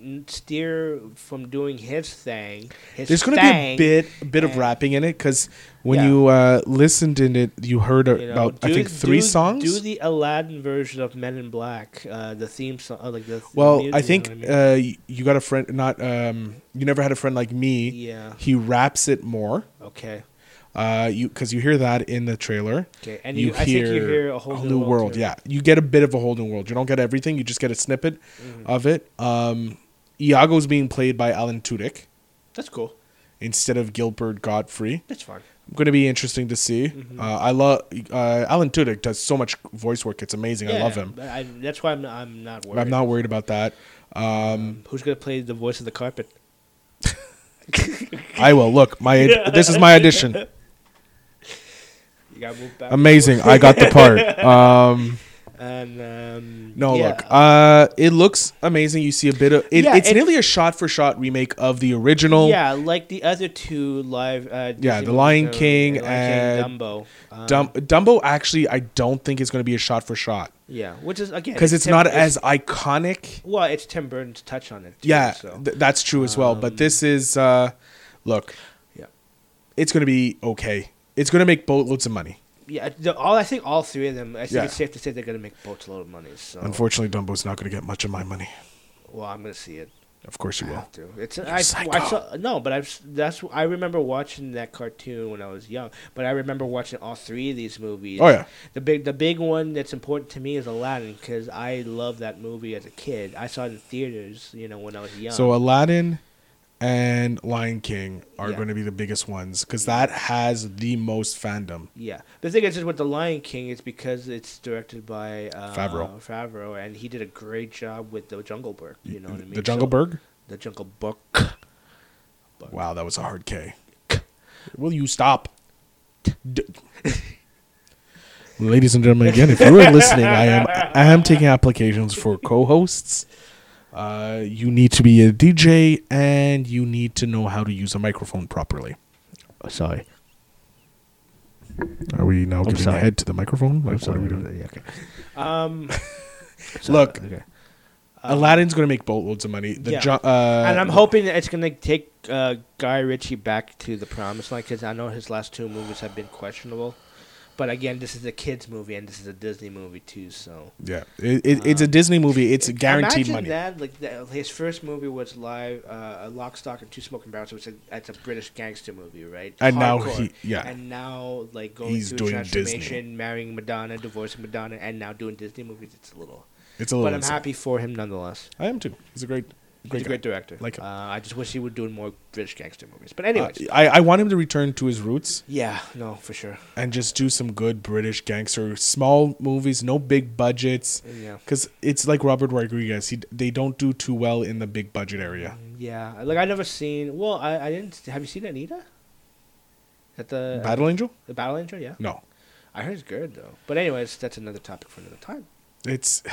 Speaker 4: n- steer from doing his thing. His
Speaker 1: There's going to be a
Speaker 4: thing,
Speaker 1: bit a bit of
Speaker 4: and-
Speaker 1: rapping in it because when
Speaker 4: Yeah.
Speaker 1: you uh, listened in it, you heard
Speaker 4: you know,
Speaker 1: about I
Speaker 4: do-
Speaker 1: think three
Speaker 4: do-
Speaker 1: songs.
Speaker 4: Do the Aladdin version of Men in Black, uh, the theme song, uh, like the. th-
Speaker 1: well,
Speaker 4: mu-
Speaker 1: I
Speaker 4: you know
Speaker 1: think
Speaker 4: what
Speaker 1: uh, y- you got a friend. Not um, you never had a friend like me.
Speaker 4: Yeah.
Speaker 1: he raps it more.
Speaker 4: okay.
Speaker 1: Uh, you because you hear that in the trailer.
Speaker 4: Okay, and you- I think you hear A Whole New World, too.
Speaker 1: Yeah, you get a bit of a whole new world. You don't get everything. You just get a snippet
Speaker 4: Mm-hmm.
Speaker 1: of it. Um, Iago's being played by Alan Tudyk
Speaker 4: That's cool.
Speaker 1: instead of Gilbert Godfrey.
Speaker 4: That's fine.
Speaker 1: going to be interesting to see.
Speaker 4: Mm-hmm.
Speaker 1: Uh, I love uh, Alan Tudyk does so much voice work; it's amazing. I love him.
Speaker 4: I, that's why I'm, I'm not worried.
Speaker 1: I'm not worried about that. Um,
Speaker 4: Who's gonna play the voice of the carpet?
Speaker 1: I will look. My this is my audition.
Speaker 4: You gotta move back.
Speaker 1: Amazing! I got the part. Um,
Speaker 4: And um,
Speaker 1: no,
Speaker 4: yeah,
Speaker 1: look. Uh, it looks amazing. You see a bit of it,
Speaker 4: Yeah,
Speaker 1: it's
Speaker 4: it-
Speaker 1: nearly a shot-for-shot remake of the original.
Speaker 4: yeah, like the other two live. Uh, Disney
Speaker 1: Yeah, The
Speaker 4: movies,
Speaker 1: Lion
Speaker 4: uh,
Speaker 1: King
Speaker 4: Lion
Speaker 1: and
Speaker 4: Dumbo. Um,
Speaker 1: Dum- Dumbo actually, I don't think it's going to be a shot-for-shot
Speaker 4: Yeah, which is again
Speaker 1: because it's
Speaker 4: Tim-
Speaker 1: not as iconic.
Speaker 4: well. It's Tim Burton's touch on it. too,
Speaker 1: Yeah,
Speaker 4: so. Um,
Speaker 1: th- that's true as well. But this is, uh, look,
Speaker 4: yeah.
Speaker 1: it's going to be okay. It's going to make boatloads of money.
Speaker 4: Yeah, the, all I think all three of them. I think
Speaker 1: Yeah.
Speaker 4: it's safe to say they're gonna make boats a lot of money. So,
Speaker 1: Unfortunately, Dumbo's not going to get much of my money.
Speaker 4: well, I'm gonna see it.
Speaker 1: Of course you
Speaker 4: I
Speaker 1: will.
Speaker 4: have to. It's I, I
Speaker 1: psycho.
Speaker 4: saw no, but I've that's I remember watching that cartoon when I was young. But I remember watching all three of these movies.
Speaker 1: Oh, yeah.
Speaker 4: the big the big one that's important to me is Aladdin because I love that movie as a kid. I saw it in theaters, you know, when I was young.
Speaker 1: So uh, Aladdin and Lion King are
Speaker 4: Yeah.
Speaker 1: going to be the biggest ones because that has the most fandom.
Speaker 4: Yeah, the thing is, is with the Lion King, it's because it's directed by uh,
Speaker 1: Favreau.
Speaker 4: Favreau, and he did a great job with the Jungle Book. You know what I mean?
Speaker 1: the Jungle
Speaker 4: So-
Speaker 1: Berg?
Speaker 4: The Jungle Book.
Speaker 1: Wow, that was a hard K. Will you stop? D- Ladies and gentlemen, again, if you are listening, I am I am taking applications for co-hosts. Uh, you need to be a DJ and you need to know how to use a microphone properly.
Speaker 4: Oh, sorry.
Speaker 1: Are we now giving
Speaker 4: sorry.
Speaker 1: a head to the microphone? Like, what are we doing?
Speaker 4: Yeah, okay. Um,
Speaker 1: Look,
Speaker 4: okay.
Speaker 1: Aladdin's going to make boatloads of money. The
Speaker 4: Yeah.
Speaker 1: jo- uh,
Speaker 4: and I'm hoping that it's gonna take uh, Guy Ritchie back to the promised land because I know his last two movies have been questionable. But again, this is a kids movie and this is a Disney movie too. So
Speaker 1: Yeah, it, it, it's a Disney movie. It's guaranteed
Speaker 4: Imagine
Speaker 1: money.
Speaker 4: that like that, his first movie was live, uh, Lock, Stock, and Two Smoking Barrels. So it's a that's a British gangster movie, right?
Speaker 1: And now he- yeah.
Speaker 4: And now like going
Speaker 1: He's
Speaker 4: through
Speaker 1: doing
Speaker 4: transformation,
Speaker 1: Disney.
Speaker 4: marrying Madonna, divorcing Madonna, and now doing Disney movies. It's a little,
Speaker 1: It's a little.
Speaker 4: but I'm
Speaker 1: insane.
Speaker 4: happy for him nonetheless.
Speaker 1: I am too. He's a great, great,
Speaker 4: He's a great
Speaker 1: guy.
Speaker 4: director.
Speaker 1: Like
Speaker 4: Like
Speaker 1: him.
Speaker 4: uh, I just wish he would do more British gangster movies. But anyways,
Speaker 1: Uh, I, I want him to return to his roots
Speaker 4: yeah, no, for sure.
Speaker 1: and just do some good British gangster small movies, no big budgets.
Speaker 4: Uh, Yeah.
Speaker 1: Because it's like Robert Rodriguez. He, they don't do too well in the big budget area.
Speaker 4: Yeah, like I never seen. Well, I, I didn't. Have you seen Anita? At the
Speaker 1: Battle Angel?
Speaker 4: the Battle Angel, yeah.
Speaker 1: No.
Speaker 4: I heard it's good though. But anyways, that's another topic for another time.
Speaker 1: It's.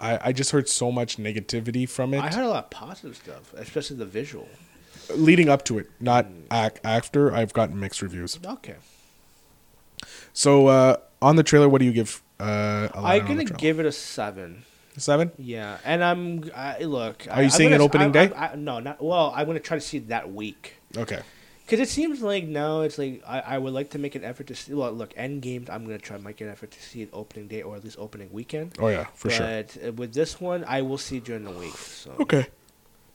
Speaker 1: I, I just heard so much negativity from it
Speaker 4: I heard a lot of positive stuff, especially the visual.
Speaker 1: leading up to it, not
Speaker 4: Mm.
Speaker 1: ac- after. I've gotten mixed reviews.
Speaker 4: Okay,
Speaker 1: So uh, on the trailer, what do you give? Uh, Aladdin on
Speaker 4: I'm
Speaker 1: the
Speaker 4: gonna
Speaker 1: trailer?
Speaker 4: give it a seven.
Speaker 1: seven.
Speaker 4: Yeah, and I'm I, look.
Speaker 1: Are you seeing it opening day?
Speaker 4: I, I, no, not well. I'm gonna try to see it that week.
Speaker 1: Okay.
Speaker 4: Because it seems like now it's like I, I would like to make an effort to see. Well, look, Endgame, I'm going to try and make an effort to see it opening day or at least opening weekend.
Speaker 1: Oh yeah, for sure.
Speaker 4: but uh, with this one, I will see during the week. So
Speaker 1: Okay.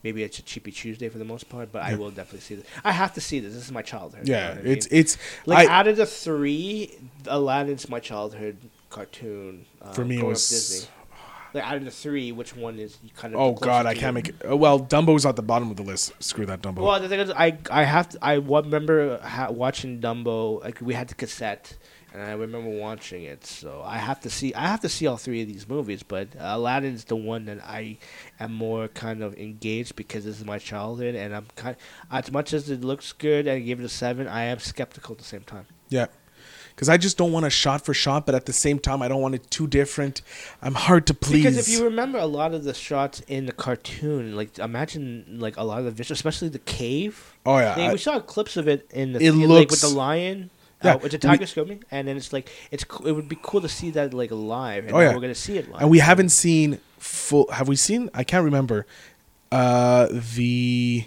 Speaker 4: maybe it's a cheapy Tuesday for the most part, but I will definitely see this. I have to see this. This is my childhood. you know
Speaker 1: Yeah,
Speaker 4: what I mean?
Speaker 1: it's it's
Speaker 4: like
Speaker 1: I-
Speaker 4: out of the three, Aladdin's my childhood cartoon. Uh,
Speaker 1: For me, it
Speaker 4: growing up
Speaker 1: was-
Speaker 4: Like out of the three, which one is you kind of?
Speaker 1: Oh
Speaker 4: closer
Speaker 1: God, I
Speaker 4: to?
Speaker 1: can't make it. uh, Well, Dumbo's at the bottom of the list. Screw that Dumbo.
Speaker 4: Well, the thing is, I I have to, I wa- remember ha- watching Dumbo. Like we had the cassette, and I remember watching it. So I have to see I have to see all three of these movies. But Aladdin's the one that I am more kind of engaged because this is my childhood, and I'm kind as much as it looks good and I give it a seven, I am skeptical at the same time.
Speaker 1: yeah, because I just don't want a shot for shot, but at the same time, I don't want it too different. I'm hard to please.
Speaker 4: Because if you remember a lot of the shots in the cartoon, like imagine like a lot of the visual, especially the cave.
Speaker 1: Oh, yeah,
Speaker 4: thing.
Speaker 1: I-
Speaker 4: we saw clips of it in the
Speaker 1: It
Speaker 4: thea- like,
Speaker 1: looks-
Speaker 4: with the lion.
Speaker 1: Yeah,
Speaker 4: Yeah, uh, it's a
Speaker 1: we-
Speaker 4: tiger scoping, and then it's like it's co- it would be cool to see that like live. And
Speaker 1: Oh,
Speaker 4: now
Speaker 1: yeah.
Speaker 4: we're gonna see it live.
Speaker 1: and we haven't seen full. Have we seen? I can't remember. Uh, the.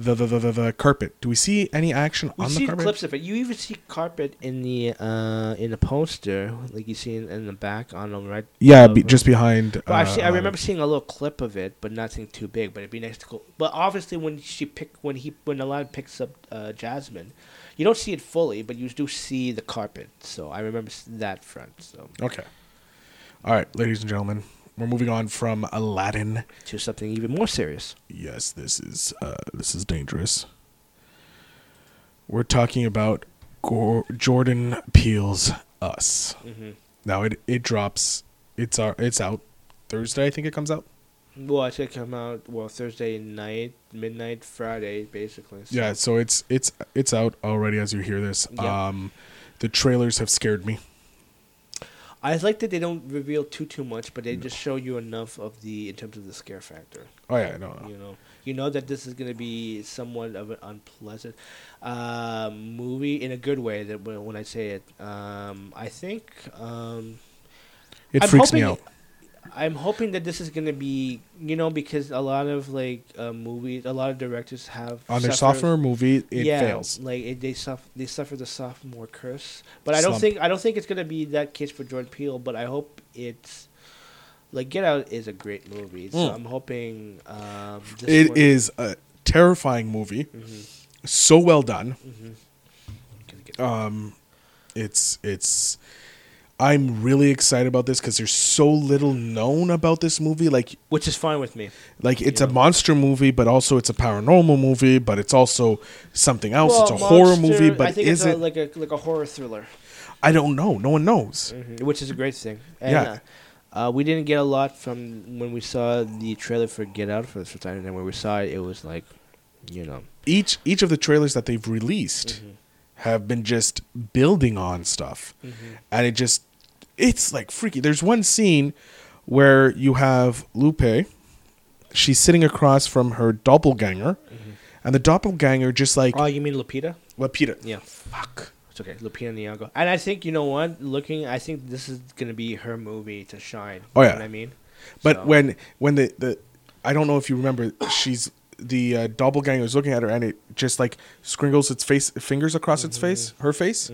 Speaker 1: The, the, the, the, the carpet. Do we see any action
Speaker 4: we
Speaker 1: on
Speaker 4: see
Speaker 1: the carpet?
Speaker 4: clips of it. You even see carpet in the uh in the poster, like you see in, in the back on the right.
Speaker 1: Yeah,
Speaker 4: of
Speaker 1: be,
Speaker 4: it.
Speaker 1: just behind.
Speaker 4: But I've
Speaker 1: uh,
Speaker 4: seen, I
Speaker 1: Aladdin.
Speaker 4: remember seeing a little clip of it, but nothing too big. But it'd be nice to go. But obviously, when she pick when he when Aladdin picks up uh, Jasmine, you don't see it fully, but you do see the carpet. So I remember s- that front. So
Speaker 1: Okay. All right, ladies and gentlemen, we're moving on from Aladdin.
Speaker 4: to something even more serious.
Speaker 1: Yes, this is uh, this is dangerous. We're talking about Gor- Jordan Peele's Us.
Speaker 4: Mm-hmm.
Speaker 1: Now it it drops. It's our it's out Thursday. I think it comes out.
Speaker 4: Well, I should come out well Thursday night, midnight Friday, basically. So.
Speaker 1: Yeah, so it's it's it's out already as you hear this.
Speaker 4: Yeah.
Speaker 1: Um, the trailers have scared me.
Speaker 4: I like that they don't reveal too too much, but they just show you enough of the in terms of the scare factor.
Speaker 1: Oh yeah, no, no.
Speaker 4: you know you know that this is going to be somewhat of an unpleasant uh, movie in a good way that when when i say it um, i think um,
Speaker 1: it
Speaker 4: I'm
Speaker 1: freaks
Speaker 4: hoping
Speaker 1: me out.
Speaker 4: i'm hoping that this is going to be you know because a lot of like uh, movies a lot of directors have
Speaker 1: On their
Speaker 4: suffered-
Speaker 1: sophomore movie, it fails.
Speaker 4: like it, they suffer, they suffer the sophomore curse. But I don't
Speaker 1: Slump.
Speaker 4: think I don't think it's gonna be that case for Jordan Peele. But I hope it's like Get Out is a great movie, so
Speaker 1: Mm.
Speaker 4: I'm hoping um, this
Speaker 1: It
Speaker 4: one-
Speaker 1: is a terrifying movie.
Speaker 4: Mm-hmm.
Speaker 1: So well done.
Speaker 4: gonna get-
Speaker 1: Um, it's it's. I'm really excited about this because there's so little known about this movie. Like
Speaker 4: which is fine with me.
Speaker 1: like it's a
Speaker 4: Yeah.
Speaker 1: monster movie, but also it's a paranormal movie, but it's also something else. it's a
Speaker 4: Well,
Speaker 1: horror
Speaker 4: monster-
Speaker 1: movie, but
Speaker 4: I think
Speaker 1: is
Speaker 4: it's
Speaker 1: it?
Speaker 4: a, like a like a horror thriller,
Speaker 1: I don't know. No one knows.
Speaker 4: Mm-hmm. which is a great thing. And,
Speaker 1: Yeah.
Speaker 4: Uh, uh, we didn't get a lot from when we saw the trailer for Get Out for the first time, and then when we saw it, it was like, you know,
Speaker 1: Each each of the trailers that they've released
Speaker 4: Mm-hmm.
Speaker 1: have been just building on stuff,
Speaker 4: Mm-hmm.
Speaker 1: and it just it's like freaky. There's one scene where you have Lupe, she's sitting across from her doppelganger, and the doppelganger just like
Speaker 4: Mm-hmm. oh, you mean Lupita?
Speaker 1: Lapita.
Speaker 4: Yeah.
Speaker 1: Fuck.
Speaker 4: It's okay, Lupita Nyong'o. And I think you know what? Looking, I think this is gonna be her movie to shine.
Speaker 1: Oh,
Speaker 4: You
Speaker 1: yeah.
Speaker 4: know what I mean,
Speaker 1: But
Speaker 4: So-
Speaker 1: when when the, the I don't know if you remember, she's the uh,
Speaker 4: Mm-hmm.
Speaker 1: doppelganger is looking at her and it just like scringles its face fingers across its face, her face.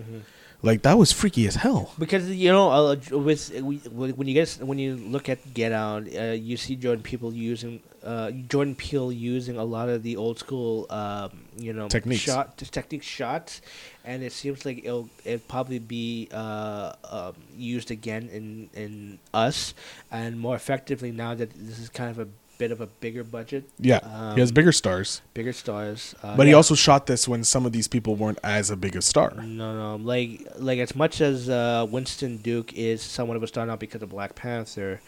Speaker 1: Like that was freaky as hell.
Speaker 4: Because you know, uh, with we, when you get when you look at Get Out, uh, you see Jordan people using uh, Jordan Peele using a lot of the old school, um, you know,
Speaker 1: Techniques.
Speaker 4: shot technique shots, and it seems like it'll it probably be uh, um, used again in in us and more effectively now that this is kind of a bit of a bigger budget.
Speaker 1: Yeah, he has
Speaker 4: Um,
Speaker 1: bigger stars,
Speaker 4: bigger stars. Uh,
Speaker 1: but he
Speaker 4: yeah.
Speaker 1: also shot this when some of these people weren't as a big a star.
Speaker 4: Mm-hmm. No, no. Like, like as much as uh, Winston Duke is somewhat of a star now because of Black Panther,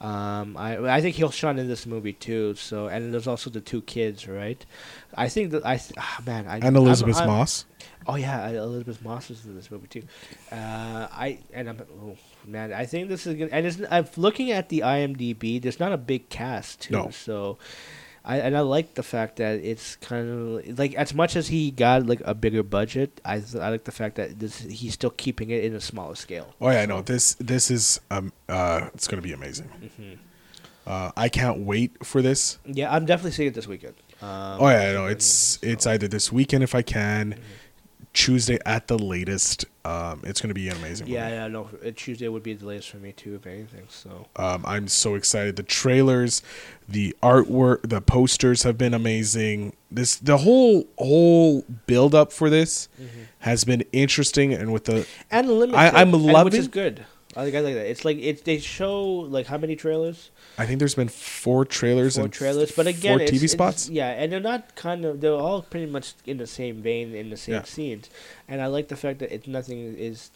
Speaker 4: um, I I think he'll shine in this movie too. So, and there's also the two kids, right? I think that I th- ah, man, I,
Speaker 1: And Elizabeth
Speaker 4: I'm- I'm-
Speaker 1: Moss.
Speaker 4: Oh yeah, I- Elizabeth Moss is in this movie too. Uh, I and I'm oh, man, I think this is good. And it's, I'm looking at the IMDb. There's not a big cast too,
Speaker 1: No.
Speaker 4: so. I, and I like the fact that it's kind of like as much as he got like a bigger budget, I th- I like the fact that this he's still keeping it in a smaller scale.
Speaker 1: Oh yeah, I know this. This is um uh, it's gonna be amazing. Uh, I can't wait for this.
Speaker 4: Yeah, I'm definitely seeing it this weekend. Um,
Speaker 1: Oh yeah, I know it's it's either this weekend if I can, Tuesday at the latest. Um, it's gonna be an amazing.
Speaker 4: yeah,
Speaker 1: movie.
Speaker 4: yeah. No, uh, Tuesday would be the latest for me too, if anything. So
Speaker 1: Um, I'm so excited. The trailers, the artwork, the posters have been amazing. This the whole whole build up for this has been interesting, and with the
Speaker 4: and limited.
Speaker 1: I'm
Speaker 4: and which
Speaker 1: loving-
Speaker 4: is good. I like I like that. It's like it. They show like how many trailers?
Speaker 1: I think there's been four trailers
Speaker 4: Four
Speaker 1: and
Speaker 4: trailers, but again,
Speaker 1: four
Speaker 4: it's-
Speaker 1: TV
Speaker 4: it's-
Speaker 1: spots.
Speaker 4: yeah, and they're not kind of. They're all pretty much in the same vein, in the same
Speaker 1: Yeah.
Speaker 4: scenes. And I like the fact that it's nothing is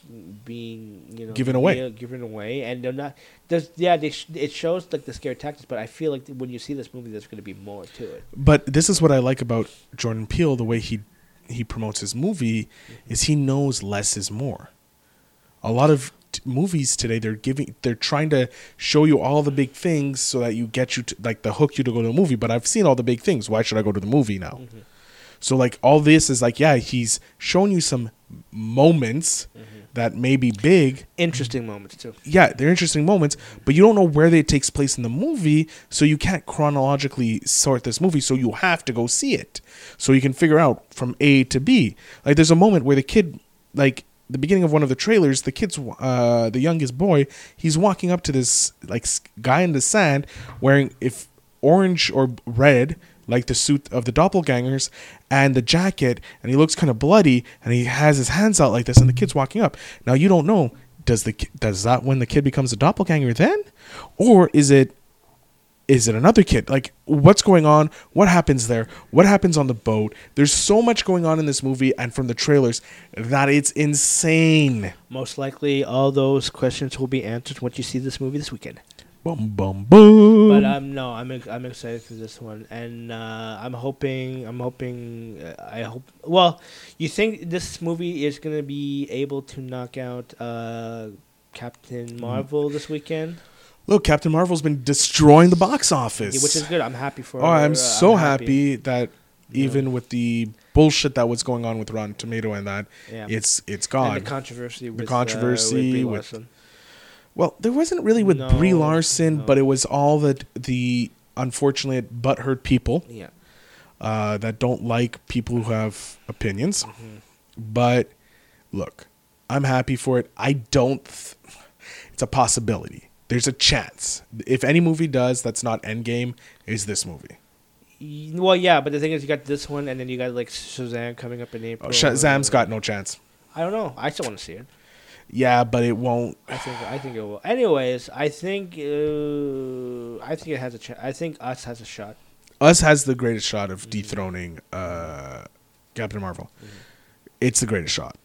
Speaker 4: being you know
Speaker 1: Given away.
Speaker 4: yeah, given away, and they're not. There's yeah, they sh- it shows like the scare tactics, but I feel like when you see this movie, there's going to be more to it.
Speaker 1: But this is what I like about Jordan Peele, the way he he promotes his movie, is he knows less is more. A lot of t- movies today they're giving they're trying to show you all the big things so that you get you to, like the hook you to go to a movie. But I've seen all the big things. Why should I go to the movie now?
Speaker 4: Mm-hmm.
Speaker 1: So like all this is like yeah, he's shown you some moments
Speaker 4: Mm-hmm.
Speaker 1: that may be big,
Speaker 4: Interesting moments too.
Speaker 1: yeah, they're interesting moments, but you don't know where they takes place in the movie, so you can't chronologically sort this movie, so you have to go see it. So you can figure out from A to B. Like there's a moment where the kid like the beginning of one of the trailers, the kid's uh the youngest boy, he's walking up to this like s- guy in the sand wearing if orange or red like the suit of the doppelgangers and the jacket and he looks kind of bloody and he has his hands out like this and the kid's walking up now you don't know does the ki- does that when the kid becomes a doppelganger then or is it is it another kid like what's going on what happens there what happens on the boat there's so much going on in this movie and from the trailers that it's insane
Speaker 4: Most likely, all those questions will be answered once you see this movie this weekend.
Speaker 1: boom boom boom
Speaker 4: But um, no, I'm ex- I'm excited for this one, and uh, I'm hoping I'm hoping uh, I hope. Well, you think this movie is gonna be able to knock out uh, Captain
Speaker 1: Hmm.
Speaker 4: Marvel this weekend,
Speaker 1: look captain marvel's been destroying the box office
Speaker 4: Yeah, which is good. I'm happy for.
Speaker 1: Oh,
Speaker 4: her. Uh,
Speaker 1: I'm so happy. that
Speaker 4: Yeah.
Speaker 1: even with the bullshit that was going on with Rotten Tomato and that,
Speaker 4: Yeah.
Speaker 1: it's it's
Speaker 4: And
Speaker 1: gone.
Speaker 4: the controversy. with, uh, with
Speaker 1: controversy
Speaker 4: Brie
Speaker 1: with-
Speaker 4: Larson.
Speaker 1: well, there wasn't really with Brie
Speaker 4: No,
Speaker 1: Larson, but
Speaker 4: no.
Speaker 1: it was all the the unfortunate butthurt people
Speaker 4: Yeah.
Speaker 1: uh, that don't like people who have opinions.
Speaker 4: Mm-hmm.
Speaker 1: But look, I'm happy for it. I don't. Th- it's a possibility. There's a chance. If any movie does that's not Endgame, is this movie.
Speaker 4: Y- Well, yeah, but the thing is, you got this one, and then you got like Shazam coming up in
Speaker 1: Oh,
Speaker 4: April. Uh,
Speaker 1: Shazam's got no chance.
Speaker 4: I don't know. I still want to see it.
Speaker 1: Yeah, but it won't.
Speaker 4: I think I think it will. Anyways, I think uh, I think it has a chance. I think us has a shot.
Speaker 1: Us has the greatest shot of dethroning uh, Captain Marvel. It's the greatest shot,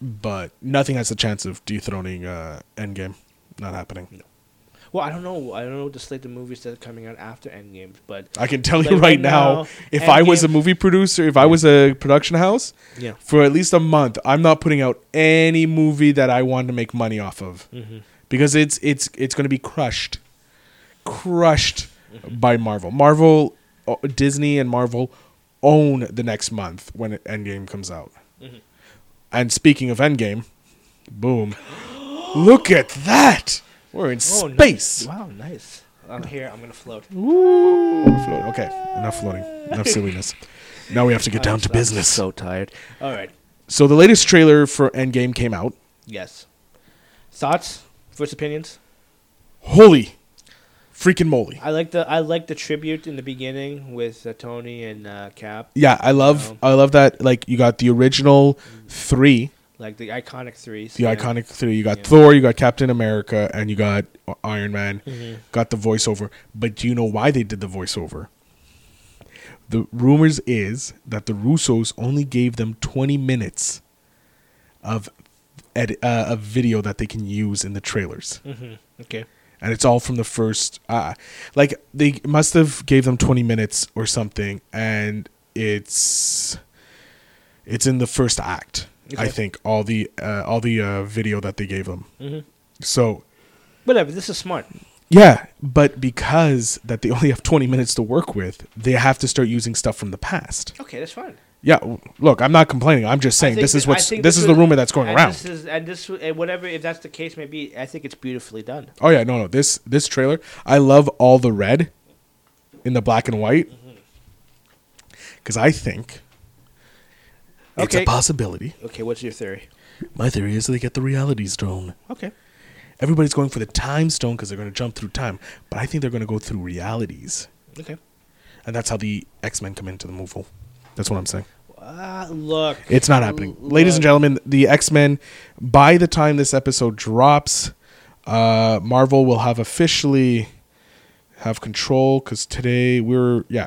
Speaker 1: but nothing has a chance of dethroning uh, Endgame. Not happening.
Speaker 4: Well, I don't know. I don't know the slate of movies that are coming out after Endgame, but
Speaker 1: I can tell you
Speaker 4: Like,
Speaker 1: right,
Speaker 4: right
Speaker 1: now,
Speaker 4: now,
Speaker 1: if I was a
Speaker 4: Endgame-
Speaker 1: movie producer, if I was a production house,
Speaker 4: yeah,
Speaker 1: for at least a month, I'm not putting out any movie that I want to make money off of because it's it's it's going to be crushed, crushed by Marvel. Marvel, uh, Disney, and Marvel own the next month when Endgame comes out. And speaking of Endgame, boom! Look at that. We're in space.
Speaker 4: Wow, nice. I'm here. I'm gonna float.
Speaker 1: Ooh, we're floating. Okay, enough floating. Enough silliness. Now we have to get down to business.
Speaker 4: so tired. All right.
Speaker 1: So the latest trailer for Endgame came out.
Speaker 4: Yes. Thoughts? First opinions?
Speaker 1: Holy, freaking moly!
Speaker 4: I like the I like the tribute in the beginning with uh, Tony and uh, Cap,
Speaker 1: Yeah, I love
Speaker 4: Um,
Speaker 1: I love that. Like you got the original three,
Speaker 4: like the iconic threes.
Speaker 1: the
Speaker 4: yeah.
Speaker 1: iconic three. You got
Speaker 4: Yeah.
Speaker 1: Thor, you got Captain America, and you got Iron Man.
Speaker 4: Mhm.
Speaker 1: Got the voiceover. But do you know why they did the voiceover? The rumors is that the Russos only gave them 20 minutes of ed- uh, of video that they can use in the trailers.
Speaker 4: Okay.
Speaker 1: and it's all from the first uh, like they must have gave them 20 minutes or something and it's it's in the first act i
Speaker 4: Okay.
Speaker 1: think all the uh, all the uh, video that they gave them
Speaker 4: Mm-hmm.
Speaker 1: so
Speaker 4: Whatever. This is smart.
Speaker 1: yeah but because that they only have 20 minutes to work with they have to start using stuff from the past
Speaker 4: Okay, that's fine.
Speaker 1: yeah w- look i'm not complaining i'm just saying
Speaker 4: think
Speaker 1: this is
Speaker 4: that- I
Speaker 1: what's this,
Speaker 4: think
Speaker 1: is
Speaker 4: was-
Speaker 1: the rumor that's going
Speaker 4: and
Speaker 1: around
Speaker 4: This is, and this, and whatever, if that's the case, maybe I think it's beautifully done.
Speaker 1: Oh yeah, no, no. This this trailer, I love all the red in the black and white because I think it's
Speaker 4: Okay.
Speaker 1: a possibility.
Speaker 4: Okay, what's your theory?
Speaker 1: My theory is they get the reality stone.
Speaker 4: Okay.
Speaker 1: Everybody's going for the time stone because they're going to jump through time, but I think they're going to go through realities,
Speaker 4: Okay.
Speaker 1: and that's how the X Men come into the movie. That's what I'm saying.
Speaker 4: Uh, look.
Speaker 1: It's not happening,
Speaker 4: L-
Speaker 1: ladies and
Speaker 4: look.
Speaker 1: gentlemen. The X Men, by the time this episode drops, uh, Marvel will have officially have control because today we're yeah.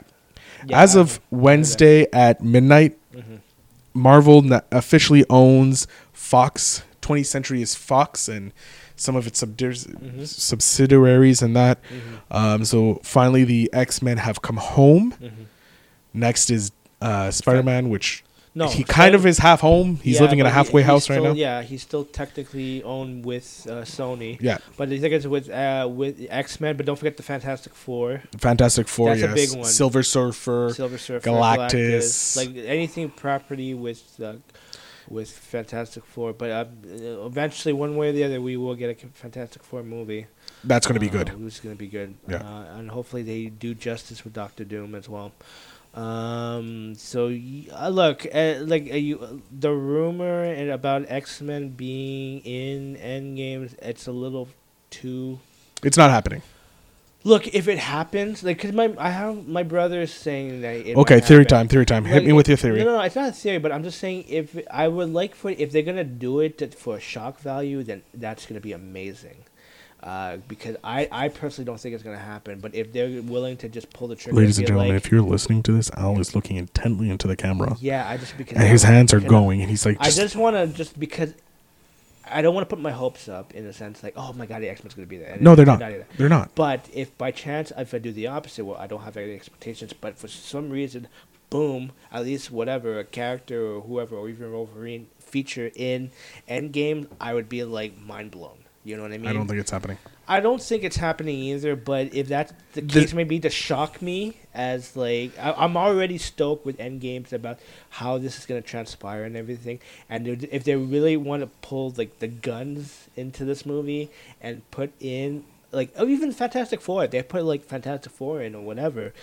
Speaker 4: Yeah,
Speaker 1: As
Speaker 4: I-
Speaker 1: of Wednesday at midnight, Marvel na- officially owns Fox. 20th Century is Fox and some of its subdir- subsidiaries and that. Um, so finally, the X Men have come home. Next is uh, Spider Man, which
Speaker 4: No,
Speaker 1: he kind of
Speaker 4: Spider-
Speaker 1: is half home. He's
Speaker 4: Yeah,
Speaker 1: living in a
Speaker 4: but he-
Speaker 1: halfway
Speaker 4: he's
Speaker 1: house right now.
Speaker 4: still- Yeah, he's still technically owned with uh, Sony.
Speaker 1: Yeah.
Speaker 4: But I think it's with uh, with X Men. But don't forget the Fantastic Four,
Speaker 1: Fantastic Four,
Speaker 4: That's a
Speaker 1: yes.
Speaker 4: big one.
Speaker 1: Silver Surfer.
Speaker 4: Silver Surfer,
Speaker 1: Galactus.
Speaker 4: like anything property with uh, with Fantastic Four. But uh, eventually, one way or the other, we will get a Fantastic Four movie.
Speaker 1: That's going to be good.
Speaker 4: Uh, it's going to be good.
Speaker 1: Yeah.
Speaker 4: Uh, and hopefully they do justice with Doctor Doom as well. Um, so y- uh, look, uh, like uh, you, uh, the rumor and about X Men being in Endgame, it's a little too.
Speaker 1: It's not happening.
Speaker 4: Look, if it happens, like, cause my I have my brother is saying that. It
Speaker 1: okay,
Speaker 4: might
Speaker 1: theory
Speaker 4: happen.
Speaker 1: time, theory time. Hit
Speaker 4: Like,
Speaker 1: me with your
Speaker 4: it-
Speaker 1: theory.
Speaker 4: No, no, it's not a theory, but I'm just saying if I would like for if they're gonna do it that- for shock value, then that's gonna be amazing. Uh, because I, I personally don't think it's gonna happen, but if they're willing to just pull the trigger,
Speaker 1: Ladies
Speaker 4: be
Speaker 1: and gentlemen,
Speaker 4: like,
Speaker 1: if you're listening to this, Al is looking intently into the camera.
Speaker 4: yeah, I just because
Speaker 1: And his hands are
Speaker 4: because
Speaker 1: going, and he's like,
Speaker 4: I
Speaker 1: just,
Speaker 4: just want to just because I don't want to put my hopes up in the sense like, oh my god, the X Men's gonna be there. and
Speaker 1: No, they're
Speaker 4: it's
Speaker 1: not.
Speaker 4: either.
Speaker 1: They're not.
Speaker 4: But if by chance if I do the opposite, well, I don't have any expectations. But for some reason, boom, at least whatever a character or whoever or even Wolverine feature in Endgame, I would be like mind blown. You know what I mean?
Speaker 1: I don't think it's happening.
Speaker 4: I don't think it's happening either. But if that's the
Speaker 1: The-
Speaker 4: case, maybe to shock me as like I, I'm already stoked with Endgames about how this is gonna transpire and everything. And if- if they really want to pull like the guns into this movie and put in like oh, even Fantastic Four, if they put like Fantastic Four in or whatever.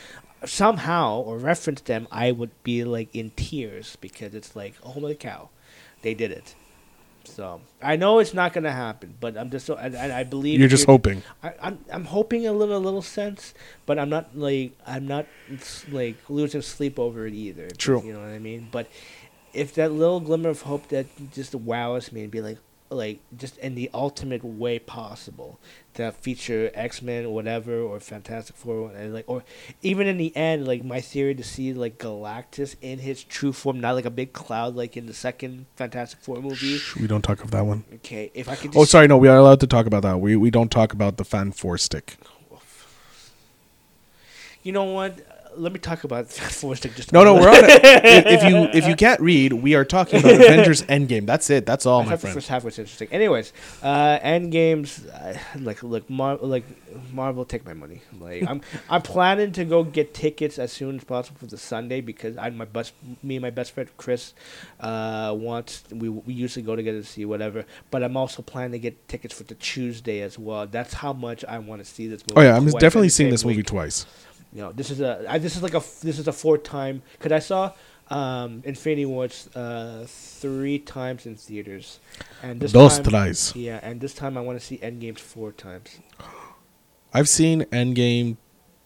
Speaker 4: Somehow or reference them, I would be like in tears because it's like, oh my cow, they did it. So I know it's not gonna happen, but I'm just so and, and I believe
Speaker 1: You're just hoping.
Speaker 4: I, I'm I'm hoping a little little sense, but I'm not like I'm not s- like losing sleep over it either.
Speaker 1: True.
Speaker 4: You know what I mean? But if that little glimmer of hope that just wows me and be like like just in the ultimate way possible to feature X Men whatever or Fantastic Four and like or even in the end like my theory to see like Galactus in his true form not like a big cloud like in the second Fantastic Four movie.
Speaker 1: Shh, We don't talk of that one.
Speaker 4: Okay, if I could. Just
Speaker 1: Oh, sorry. No, we are allowed to talk about that. We we don't talk about the fan four stick.
Speaker 4: You know what? Let me talk about Force Stick just.
Speaker 1: No, no, we're on it. if, if you if you can't read, we are talking about Avengers Endgame. That's it. That's all,
Speaker 4: I
Speaker 1: my
Speaker 4: thought the
Speaker 1: friend.
Speaker 4: first half was interesting. Anyways, uh, Endgame's uh, like look, Mar- like Marvel, take my money. Like I'm, I'm planning to go get tickets as soon as possible for the Sunday because I my best, me and my best friend Chris, uh, wants we we usually go together to see whatever. But I'm also planning to get tickets for the Tuesday as well. That's how much I want to see this
Speaker 1: Oh
Speaker 4: movie.
Speaker 1: yeah, I'm
Speaker 4: twice in
Speaker 1: definitely
Speaker 4: the
Speaker 1: seeing
Speaker 4: same
Speaker 1: this movie
Speaker 4: week.
Speaker 1: twice.
Speaker 4: No, this is a I, this is like a f- this is a four time because I saw um, Infinity Wars uh, three times in theaters, and this
Speaker 1: Dos
Speaker 4: time,
Speaker 1: tres.
Speaker 4: yeah, and this time I want to see Endgame four times.
Speaker 1: I've seen Endgame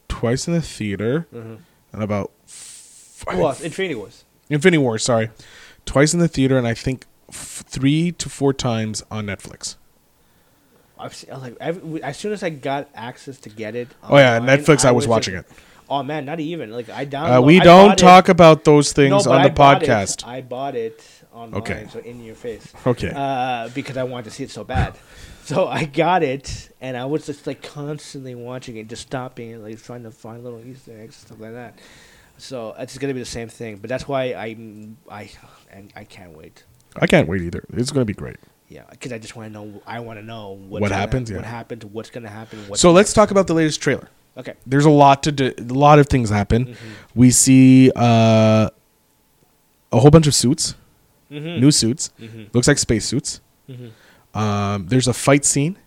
Speaker 1: twice in the theater
Speaker 4: Mhm.
Speaker 1: and about five,
Speaker 4: Well, Infinity Wars.
Speaker 1: Infinity War, sorry, twice in the theater and I think f- three to four times on Netflix.
Speaker 4: I've seen, I was like every, as soon as I got access to get it.
Speaker 1: Oh, yeah,
Speaker 4: online,
Speaker 1: Netflix, I was
Speaker 4: like-
Speaker 1: watching it.
Speaker 4: Oh man, not even like I downloaded.
Speaker 1: Uh, we
Speaker 4: I
Speaker 1: don't
Speaker 4: bought it-
Speaker 1: talk about those
Speaker 4: No,
Speaker 1: things
Speaker 4: but
Speaker 1: on
Speaker 4: I
Speaker 1: the
Speaker 4: bought it-
Speaker 1: podcast.
Speaker 4: I bought it online,
Speaker 1: Okay.
Speaker 4: so in your face.
Speaker 1: Okay.
Speaker 4: Uh, because I wanted to see it so bad. So I got it, and I was just like constantly watching it, just stopping and like trying to find little Easter eggs and stuff like that. So it's gonna be the same thing, but that's why I'm I and I can't wait.
Speaker 1: I can't wait either. It's going to be great.
Speaker 4: Yeah, because I just want to know. I want to know what's
Speaker 1: What
Speaker 4: gonna-
Speaker 1: happens,
Speaker 4: What
Speaker 1: yeah.
Speaker 4: happens? What's gonna happen? What's
Speaker 1: So let's talk about the latest trailer.
Speaker 4: Okay.
Speaker 1: There's a lot to do. A lot of things happen.
Speaker 4: Mm-hmm.
Speaker 1: We see uh, a whole bunch of suits,
Speaker 4: Mm-hmm.
Speaker 1: new suits. Looks like spacesuits. Um, there's a fight scene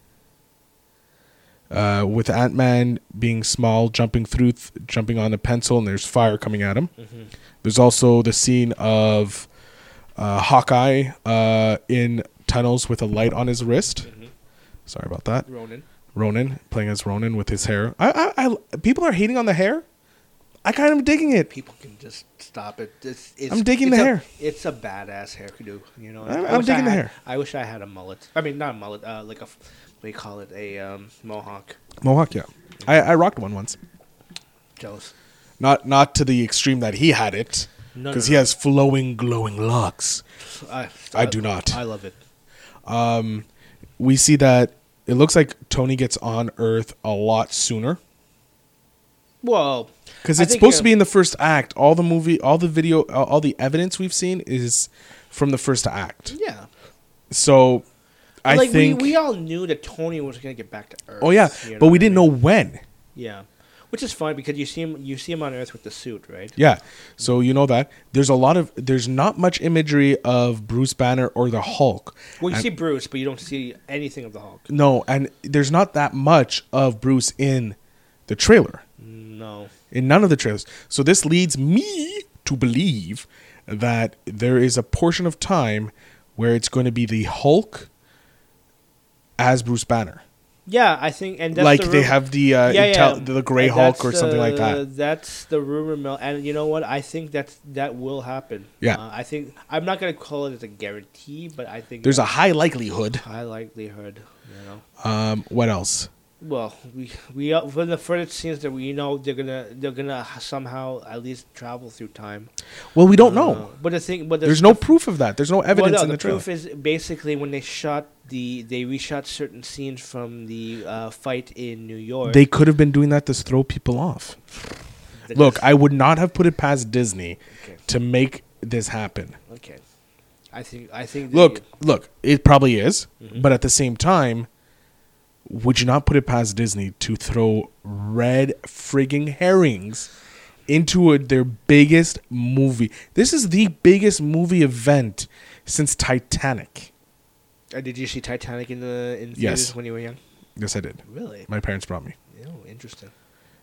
Speaker 1: uh, with Ant Man being small, jumping through, th- jumping on a pencil, and there's fire coming at him.
Speaker 4: Mm-hmm.
Speaker 1: There's also the scene of uh, Hawkeye uh, in tunnels with a light on his wrist.
Speaker 4: Mm-hmm.
Speaker 1: Sorry about that.
Speaker 4: Ronan.
Speaker 1: Ronan playing as Ronan with his hair. I, I, I people are hating on the hair. I kind of digging it.
Speaker 4: People can just stop it. It's, it's,
Speaker 1: I'm digging
Speaker 4: it's
Speaker 1: the
Speaker 4: a,
Speaker 1: hair.
Speaker 4: It's a badass hairdo. You know,
Speaker 1: I'm-
Speaker 4: I
Speaker 1: I'm
Speaker 4: wish I
Speaker 1: digging the
Speaker 4: had-
Speaker 1: hair.
Speaker 4: I wish I had a mullet. I mean, not a mullet. Uh, like a, f- what do you call it? A um, mohawk.
Speaker 1: Mohawk, yeah. I, I rocked one once.
Speaker 4: Jealous.
Speaker 1: Not not to the extreme that he had it, because
Speaker 4: No, no,
Speaker 1: he
Speaker 4: no.
Speaker 1: has flowing, glowing locks.
Speaker 4: I,
Speaker 1: I do not.
Speaker 4: Uh, I love it.
Speaker 1: We see that it looks like Tony gets on Earth a lot sooner.
Speaker 4: Well,
Speaker 1: because
Speaker 4: I
Speaker 1: it's
Speaker 4: think,
Speaker 1: supposed
Speaker 4: uh,
Speaker 1: to be in the first act. All the movie, all the video, all all the evidence we've seen is from the first act.
Speaker 4: Yeah.
Speaker 1: So I
Speaker 4: like
Speaker 1: think.
Speaker 4: we, we all knew that Tony was gonna get back to Earth.
Speaker 1: oh yeah,
Speaker 4: you
Speaker 1: but
Speaker 4: know
Speaker 1: we
Speaker 4: what I
Speaker 1: didn't know
Speaker 4: mean?
Speaker 1: when.
Speaker 4: Yeah, which is fine because you see him. You see him on Earth with the suit, right?
Speaker 1: Yeah, so you know that there's a lot of there's not much imagery of Bruce Banner or the Hulk.
Speaker 4: Well, you
Speaker 1: And-
Speaker 4: see Bruce, but you don't see anything of the Hulk.
Speaker 1: no, and there's not that much of Bruce in the trailer.
Speaker 4: No.
Speaker 1: in none of the trailers. So this leads me to believe that there is a portion of time where it's going to be the Hulk as Bruce Banner.
Speaker 4: Yeah, I think, and that's
Speaker 1: like
Speaker 4: the
Speaker 1: they
Speaker 4: rum-
Speaker 1: have the uh,
Speaker 4: yeah, yeah.
Speaker 1: intel- the, the Gray
Speaker 4: And
Speaker 1: Hulk
Speaker 4: that's
Speaker 1: or something like
Speaker 4: the-
Speaker 1: that.
Speaker 4: That's the rumor mill, and you know what? I think that's that will happen.
Speaker 1: Yeah.
Speaker 4: Uh, I think I'm not gonna call it as a guarantee, but I think
Speaker 1: There's a high likelihood.
Speaker 4: high likelihood. You know,
Speaker 1: Um, what else?
Speaker 4: well, we we uh, from the further scenes that we know they're gonna they're gonna somehow at least travel through time.
Speaker 1: Well, we don't
Speaker 4: Uh,
Speaker 1: know.
Speaker 4: but the thing, but the,
Speaker 1: Oh, There's no proof of that. There's no evidence
Speaker 4: well, no,
Speaker 1: in the, trailer.
Speaker 4: proof is basically when they shot the they reshot certain scenes from the uh, fight in New York.
Speaker 1: They could have been doing that to throw people off.
Speaker 4: They
Speaker 1: Look,
Speaker 4: just-
Speaker 1: I would not have put it past Disney
Speaker 4: Okay.
Speaker 1: to make this happen.
Speaker 4: Okay. I think I think.
Speaker 1: look,
Speaker 4: the-
Speaker 1: look, it probably is,
Speaker 4: Mm-hmm.
Speaker 1: but at the same time, would you not put it past Disney to throw red frigging herrings into a, their biggest movie? This is the biggest movie event since Titanic.
Speaker 4: uh, did you see Titanic in the in theaters
Speaker 1: Yes.
Speaker 4: when you were young?
Speaker 1: Yes, I did.
Speaker 4: Really?
Speaker 1: My parents brought me.
Speaker 4: Oh, interesting.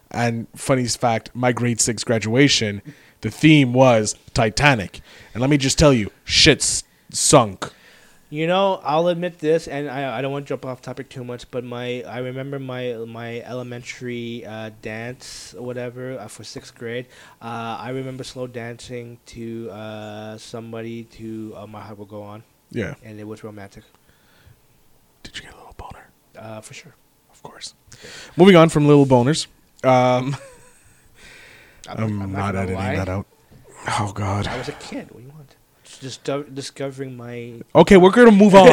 Speaker 1: And funniest fact, my grade six graduation, the theme was Titanic. And let me just tell you, shit's sunk.
Speaker 4: You know, I'll admit this, and I, I don't want to jump off topic too much, but my I remember my my elementary uh, dance or whatever uh, for sixth grade. Uh, I remember slow dancing to uh, somebody to uh, My Heart Will Go On,
Speaker 1: Yeah.
Speaker 4: and it was romantic
Speaker 1: Did you get a little boner?
Speaker 4: uh, for sure.
Speaker 1: Of course. Moving on from little boners. Um,
Speaker 4: I'm,
Speaker 1: I'm,
Speaker 4: I'm
Speaker 1: not
Speaker 4: gonna
Speaker 1: editing
Speaker 4: lie.
Speaker 1: that out. Oh
Speaker 4: I
Speaker 1: God.
Speaker 4: was a kid. What do you want? Just disco- discovering my.
Speaker 1: Okay, we're gonna move on.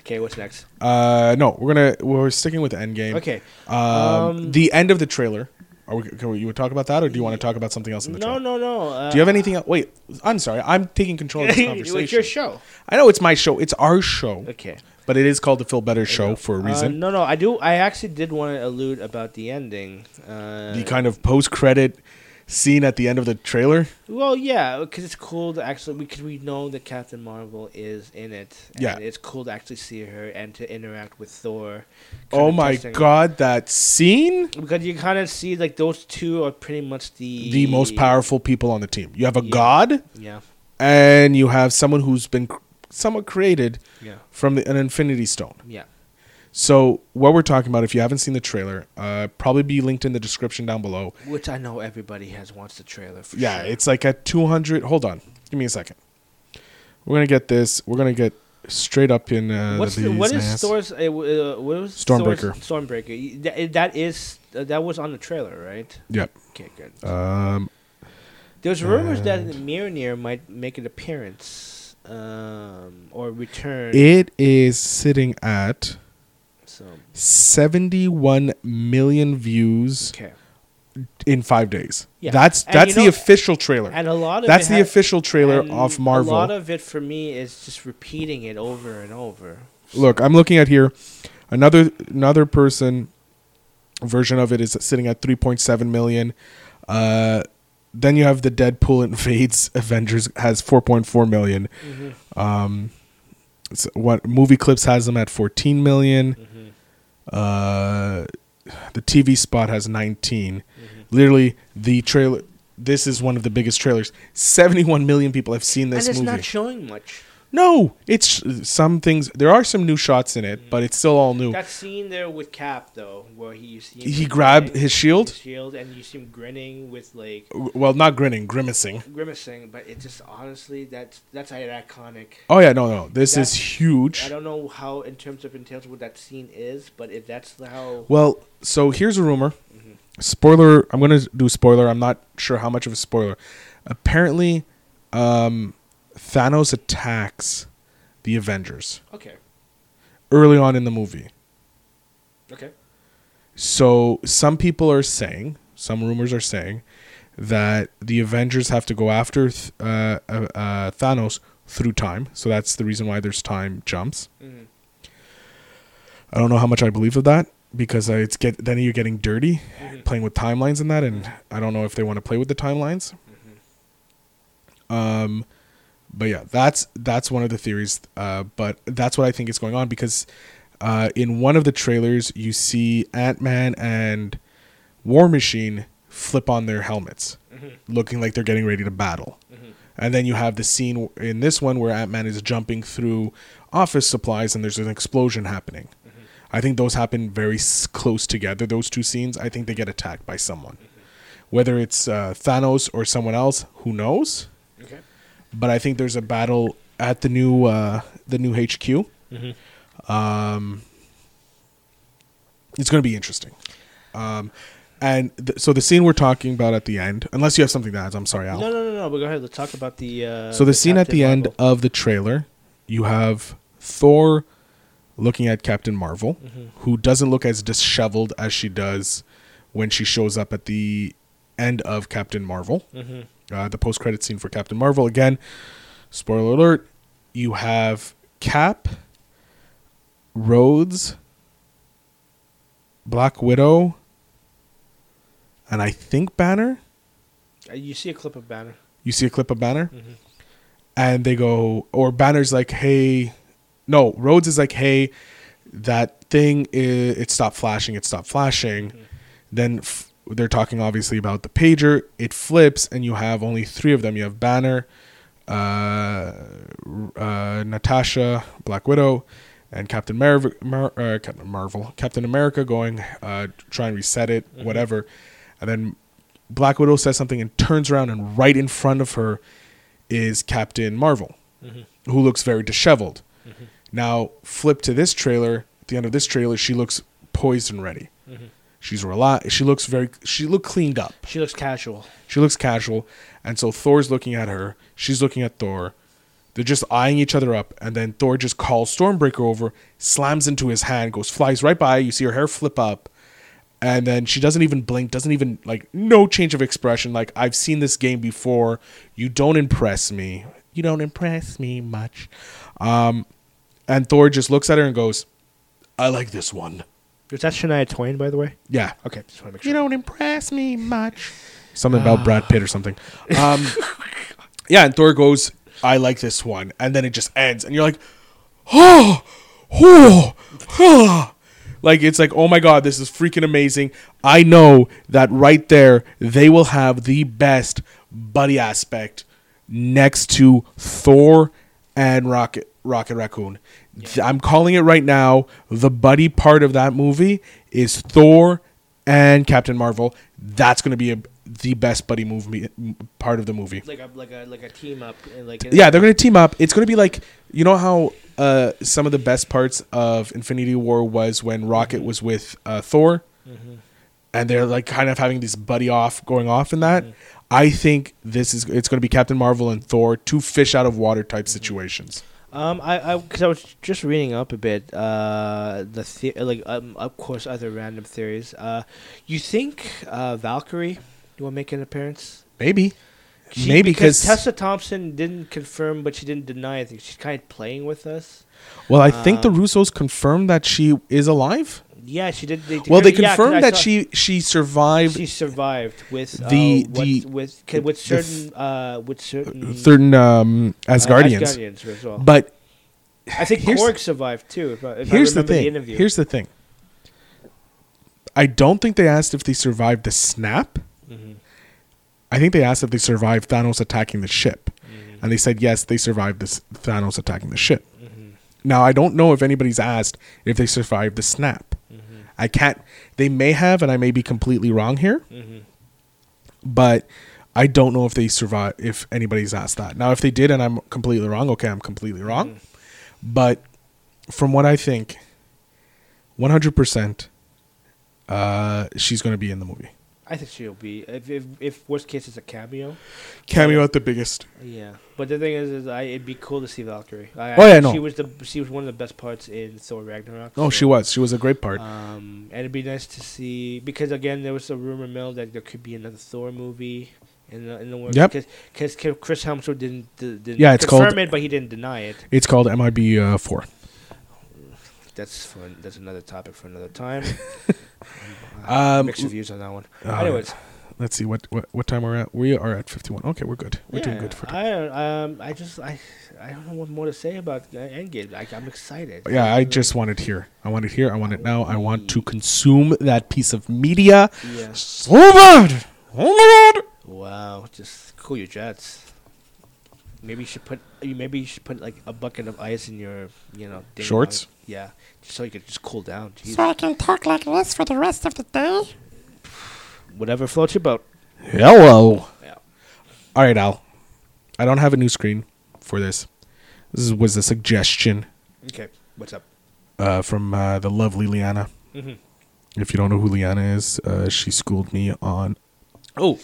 Speaker 4: Okay, what's next?
Speaker 1: uh, no, we're gonna we're sticking with Endgame.
Speaker 4: Okay.
Speaker 1: Um,
Speaker 4: um,
Speaker 1: the end of the trailer. Are we? Can we you would talk about that, or do you want to talk about something else in the
Speaker 4: No,
Speaker 1: trailer?
Speaker 4: no, no. Uh,
Speaker 1: Do you have anything? Else? Wait, I'm sorry. I'm taking control of this conversation.
Speaker 4: it's your show.
Speaker 1: I know it's my show. It's our show.
Speaker 4: Okay.
Speaker 1: But it is called the Phil Better Show for a
Speaker 4: Uh,
Speaker 1: reason.
Speaker 4: no, no, I do. I actually did want to allude about the ending. Uh,
Speaker 1: The kind of post credit scene at the end of the trailer.
Speaker 4: Well, yeah, because it's cool to actually because we know that Captain Marvel is in it. And
Speaker 1: Yeah.
Speaker 4: it's cool to actually see her and to interact with Thor.
Speaker 1: Oh
Speaker 4: Kinda
Speaker 1: my
Speaker 4: testing-
Speaker 1: god, that scene!
Speaker 4: Because you kind of see like those two are pretty much the
Speaker 1: The most powerful people on the team. You have a
Speaker 4: Yeah.
Speaker 1: god,
Speaker 4: Yeah,
Speaker 1: and you have someone who's been cr- somewhat created
Speaker 4: yeah,
Speaker 1: from the, an Infinity Stone.
Speaker 4: yeah.
Speaker 1: So what we're talking about, if you haven't seen the trailer, uh, probably be linked in the description down below.
Speaker 4: Which I know everybody has watched the trailer for.
Speaker 1: Yeah,
Speaker 4: sure.
Speaker 1: it's like at 200. Hold on, give me a second. We're gonna get this. We're gonna get straight up in. Uh,
Speaker 4: What's the,
Speaker 1: bee's
Speaker 4: what
Speaker 1: ass.
Speaker 4: is Thor's? Uh, w- uh, what was
Speaker 1: Stormbreaker.
Speaker 4: Thor's, Stormbreaker. That, that is uh, that was on the trailer, right?
Speaker 1: Yep.
Speaker 4: Okay, good.
Speaker 1: Um,
Speaker 4: There's rumors that Mjolnir might make an appearance um, or return.
Speaker 1: it is sitting at
Speaker 4: so
Speaker 1: 71 million views
Speaker 4: okay,
Speaker 1: in five days.
Speaker 4: Yeah.
Speaker 1: That's
Speaker 4: And
Speaker 1: that's
Speaker 4: you know-
Speaker 1: the official trailer.
Speaker 4: and a lot of
Speaker 1: That's
Speaker 4: it
Speaker 1: the
Speaker 4: ha-
Speaker 1: official trailer
Speaker 4: and
Speaker 1: of
Speaker 4: A lot
Speaker 1: Marvel.
Speaker 4: of it for me is just repeating it over and over.
Speaker 1: Look, I'm looking at here. Another another person version of it is sitting at 3.7 million. Uh, then you have the Deadpool invades Avengers has 4.4 million. Um, s- what movie clips has them at 14 million. Uh, the TV spot has 19. Literally, the trailer. This is one of the biggest trailers. 71 million people have seen this
Speaker 4: and it's
Speaker 1: movie.
Speaker 4: not showing much.
Speaker 1: No, it's some things. There are some new shots in
Speaker 4: Mm.
Speaker 1: it, but it's still all new.
Speaker 4: That scene there with Cap though, where he you see him
Speaker 1: He
Speaker 4: grinning,
Speaker 1: grabbed his shield.
Speaker 4: shield, and you see him grinning with like
Speaker 1: Well, not grinning, grimacing.
Speaker 4: grimacing, but it just honestly that's that's an iconic.
Speaker 1: Oh yeah, no, no, this
Speaker 4: That-
Speaker 1: is huge.
Speaker 4: I don't know how, in terms of entails, what that scene is, but if that's how
Speaker 1: Well, so here's a rumor.
Speaker 4: Mm-hmm.
Speaker 1: Spoiler. I'm gonna do spoiler. I'm not sure how much of a spoiler. Apparently, um, Thanos attacks the Avengers
Speaker 4: okay,
Speaker 1: early on in the movie.
Speaker 4: okay,
Speaker 1: So some people are saying, some rumors are saying, that the Avengers have to go after th- uh, uh, uh, Thanos through time. So that's the reason why there's time jumps.
Speaker 4: Mhm.
Speaker 1: I don't know how much I believe of that because uh, it's get then you're getting dirty playing with timelines and that, and I don't know if they want to play with the timelines. Um, but yeah, that's that's one of the theories. Uh, but that's what I think is going on because uh, in one of the trailers you see Ant Man and War Machine flip on their helmets, looking like they're getting ready to battle. And then you have the scene in this one where Ant Man is jumping through office supplies and there's an explosion happening. I think those happen very s- close together, those two scenes. I think they get attacked by someone. Whether it's uh, Thanos or someone else, who knows?
Speaker 4: okay.
Speaker 1: but I think there's a battle at the new uh, the new HQ. Um, it's going to be interesting. Um, and th- so the scene we're talking about at the end, unless you have something to add, I'm sorry, Al.
Speaker 4: No, no, no, no. But go ahead. Let's talk about the. Uh,
Speaker 1: so the scene at
Speaker 4: Captain
Speaker 1: the end
Speaker 4: Marvel.
Speaker 1: of the trailer, you have Thor looking at Captain Marvel,
Speaker 4: Mm-hmm.
Speaker 1: who doesn't look as disheveled as she does when she shows up at the end of Captain Marvel.
Speaker 4: Mm-hmm.
Speaker 1: Uh, the post credit scene for Captain Marvel again. Spoiler alert: you have Cap, Rhodes, Black Widow, and I think Banner
Speaker 4: Uh, you see a clip of Banner.
Speaker 1: you see a clip of Banner, and they go, or Banner's like, "Hey," no, Rhodes is like, "Hey, that thing, i- it stopped flashing, it stopped flashing." Then f- they're talking obviously about the pager. It flips, and you have only three of them. You have Banner, uh, uh, Natasha, Black Widow, and Captain Marv- Mar- uh, Captain Marvel, Captain America going, uh, try and reset it, whatever. And then Black Widow says something and turns around, and right in front of her is Captain Marvel, who looks very disheveled. Now, flip to this trailer. At the end of this trailer, she looks poised and ready. She's relaxed. She looks very. She looked cleaned up.
Speaker 4: She looks casual.
Speaker 1: She looks casual, and so Thor's looking at her. She's looking at Thor. They're just eyeing each other up, and then Thor just calls Stormbreaker over, slams into his hand, goes flies right by. You see her hair flip up, and then she doesn't even blink, doesn't even like no change of expression. Like I've seen this game before. You don't impress me. You don't impress me much. Um, and Thor just looks at her and goes, "I like this one."
Speaker 4: Is that Shania Twain, by the way?
Speaker 1: Yeah.
Speaker 4: Okay, just want to make sure.
Speaker 1: You don't impress me much. something about Brad Pitt or something. Um, yeah, and Thor goes, "I like this one," and then it just ends, and you're like, "Oh, oh, oh." Like it's like, oh my god, this is freaking amazing. I know that right there, they will have the best buddy aspect next to Thor and Rocket Rocket Raccoon. Th- I'm calling it right now. The buddy part of that movie is Thor and Captain Marvel. That's going to be a, the best buddy movie part of the movie.
Speaker 4: Like a like a like a team up and like
Speaker 1: Yeah, they're gonna team up. It's gonna be like you know how uh, some of the best parts of Infinity War was when Rocket
Speaker 4: Mm-hmm.
Speaker 1: was with uh, Thor, and they're like kind of having this buddy off going off in that.
Speaker 4: Mm-hmm.
Speaker 1: I think this is it's gonna be Captain Marvel and Thor, two fish out of water type
Speaker 4: Mm-hmm.
Speaker 1: situations.
Speaker 4: Um, I, I, because I was just reading up a bit. Uh, the, the like, um, of course, other random theories. Uh, you think uh, Valkyrie will make an appearance?
Speaker 1: Maybe,
Speaker 4: She-
Speaker 1: maybe because
Speaker 4: Tessa Thompson didn't confirm, but she didn't deny anything. She's kind of playing with us.
Speaker 1: well, I think the
Speaker 4: um,
Speaker 1: Russos confirmed that she is alive.
Speaker 4: Yeah, she did. They,
Speaker 1: Well, they
Speaker 4: yeah, 'cause
Speaker 1: confirmed
Speaker 4: I
Speaker 1: that
Speaker 4: saw-
Speaker 1: she she survived
Speaker 4: she survived with
Speaker 1: The-
Speaker 4: uh, what-
Speaker 1: the-
Speaker 4: with ca- with
Speaker 1: the f-
Speaker 4: certain uh with certain
Speaker 1: certain um,
Speaker 4: uh,
Speaker 1: Asgardians,
Speaker 4: Asgardians as well.
Speaker 1: but
Speaker 4: I think
Speaker 1: here's-
Speaker 4: Korg survived too. If I, if I
Speaker 1: Here's the
Speaker 4: remember
Speaker 1: thing.
Speaker 4: interview.
Speaker 1: Here's the thing. I don't think they asked if they survived the snap.
Speaker 4: Mhm.
Speaker 1: I think they asked if they survived Thanos attacking the ship,
Speaker 4: Mm-hmm.
Speaker 1: and they said yes, they survived this Thanos attacking the ship.
Speaker 4: Mm-hmm.
Speaker 1: Now I don't know if anybody's asked if they survived the snap.
Speaker 4: Mm-hmm.
Speaker 1: I can't. They may have, and I may be completely wrong here,
Speaker 4: Mm-hmm.
Speaker 1: but I don't know if they survive. If anybody's asked that now, if they did, and I'm completely wrong, okay, I'm completely wrong.
Speaker 4: Mm-hmm.
Speaker 1: But from what I think, 100%, uh, she's going to be in the movie.
Speaker 4: I think she'll be if, if if worst case it's a cameo.
Speaker 1: Cameo at the biggest.
Speaker 4: Yeah, but the thing is, is I it'd be cool to see Valkyrie. I,
Speaker 1: Oh, yeah,
Speaker 4: I-
Speaker 1: no.
Speaker 4: She was the she was one of the best parts in Thor Ragnarok.
Speaker 1: Oh, she was. She was a great part.
Speaker 4: Um, and it'd be nice to see because again there was a rumor mill that there could be another Thor movie in the in the works.
Speaker 1: Yep.
Speaker 4: Because Chris Hemsworth didn't d- didn't
Speaker 1: Yeah, it's
Speaker 4: confirm
Speaker 1: called-
Speaker 4: it, but he didn't deny it.
Speaker 1: It's called MIB uh, 4.
Speaker 4: That's fun. That's another topic for another time.
Speaker 1: Um,
Speaker 4: mixed reviews on that one.
Speaker 1: Oh,
Speaker 4: Anyways,
Speaker 1: Let's see what, what what time we're at. We are at 51. Okay, we're good. We're doing
Speaker 4: yeah,
Speaker 1: good for
Speaker 4: I don't- um I just I I don't know what more to say about uh, Endgame. Like I'm excited.
Speaker 1: Yeah, I just want it here. I want it here. I want it now. I want to consume that piece of media
Speaker 4: Yeah.
Speaker 1: so bad. Oh my god.
Speaker 4: Wow, just cool your jets. Maybe you should put you maybe you should put like a bucket of ice in your you know ding
Speaker 1: Shorts?
Speaker 4: dong. Yeah, just so you could just cool down. Jeez.
Speaker 5: So I can talk like this for the rest of the day?
Speaker 4: Whatever floats your boat.
Speaker 1: Hello.
Speaker 4: Yeah.
Speaker 1: All right, Al. I don't have a new screen for this. This was a suggestion
Speaker 4: Okay, what's up?
Speaker 1: uh, from uh, the lovely Liana.
Speaker 4: Mhm.
Speaker 1: If you don't know who Liana is, uh, she schooled me on
Speaker 4: Oh,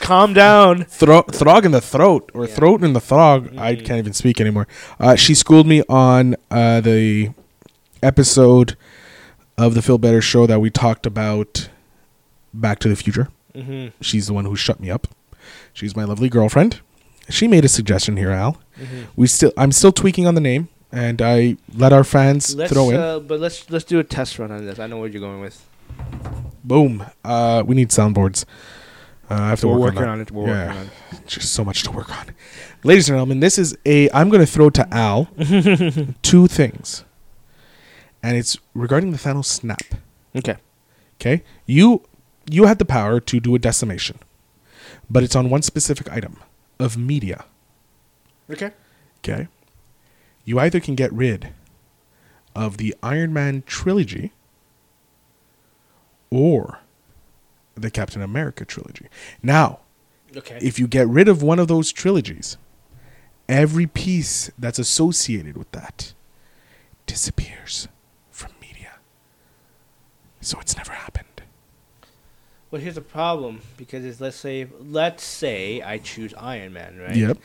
Speaker 4: calm down.
Speaker 1: thro- throg in the throat or
Speaker 4: Yeah. Mm-hmm.
Speaker 1: throat in the throg. I can't even speak anymore. Uh, she schooled me on uh, the episode of the Feel Better show that we talked about Back to the Future.
Speaker 4: Mm-hmm.
Speaker 1: She's the one who shut me up. She's my lovely girlfriend. She made a suggestion here, Al.
Speaker 4: Mm-hmm.
Speaker 1: We still, I'm still tweaking on the name, and I let our fans
Speaker 4: Let's
Speaker 1: throw in.
Speaker 4: uh, but let's let's do a test run on this. I know where you're going with.
Speaker 1: Boom. Uh, we need soundboards. Uh, I have to
Speaker 4: We're
Speaker 1: work
Speaker 4: working
Speaker 1: on, that.
Speaker 4: on it. We're working on
Speaker 1: Just so much to work on. Ladies and gentlemen, this is a. I'm going to throw to Al two things, and it's regarding the Thanos snap.
Speaker 4: Okay.
Speaker 1: Okay, you you had the power to do a decimation, but it's on one specific item of media.
Speaker 4: Okay.
Speaker 1: Okay. You either can get rid of the Iron Man trilogy or the Captain America trilogy. Now,
Speaker 4: Okay.
Speaker 1: if you get rid of one of those trilogies, every piece that's associated with that disappears from media. So it's never happened.
Speaker 4: well, here's the problem because it's, let's say let's say I choose Iron Man, right?
Speaker 1: Yep.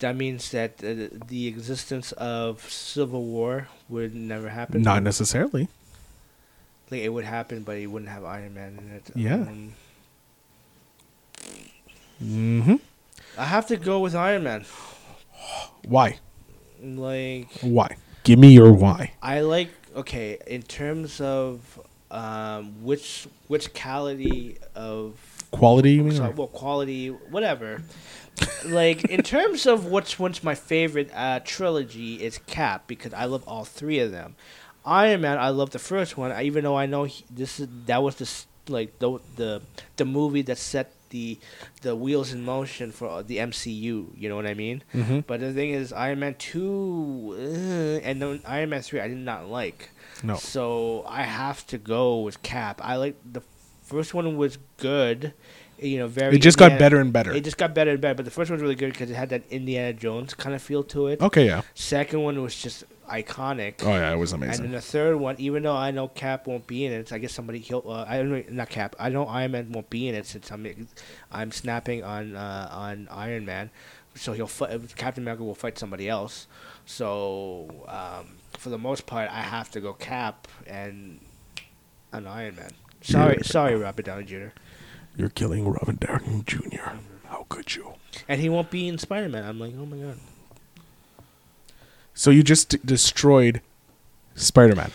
Speaker 4: That means that uh, the existence of civil war would never happen.
Speaker 1: Not necessarily.
Speaker 4: Like it would happen, but it wouldn't have Iron Man in it.
Speaker 1: Yeah.
Speaker 4: Um,
Speaker 1: Mm-hmm.
Speaker 4: I have to go with Iron Man.
Speaker 1: Why?
Speaker 4: Like
Speaker 1: Why? Give me your why.
Speaker 4: I like okay in terms of uh, um, which which quality of
Speaker 1: Quality, you mean?
Speaker 4: so, well quality whatever. like in terms of what's what's my favorite uh, trilogy is Cap because I love all three of them. Iron Man, I love the first one, I- even though I know he, this is that was the s- like the the the movie that set the the wheels in motion for uh, the MCU. You know what I mean?
Speaker 1: Mhm.
Speaker 4: But the thing is, Iron Man two uh, and then Iron Man three, I did not like.
Speaker 1: No.
Speaker 4: So I have to go with Cap. I like the first one was good. You know, very.
Speaker 1: It just got
Speaker 4: Indiana-
Speaker 1: better and better.
Speaker 4: It just got better and better. But the first one was really good because it had that Indiana Jones kind of feel to it.
Speaker 1: Okay, yeah.
Speaker 4: Second one was just iconic.
Speaker 1: Oh yeah, it was
Speaker 4: and then
Speaker 1: amazing.
Speaker 4: the third one, even though I know Cap won't be in it, I guess somebody he'll. Uh, I don't know, not Cap. I know Iron Man won't be in it since I'm, I'm snapping on uh, on Iron Man, so he'll fight, Captain America will fight somebody else. So um, for the most part, I have to go Cap and an Iron Man. Sorry, sorry, Robert Downey Jr.
Speaker 1: You're killing Robin Downey Jr. How could you?
Speaker 4: And he won't be in Spider Man. I'm like, oh my god.
Speaker 1: So you just d- destroyed Spider-Man.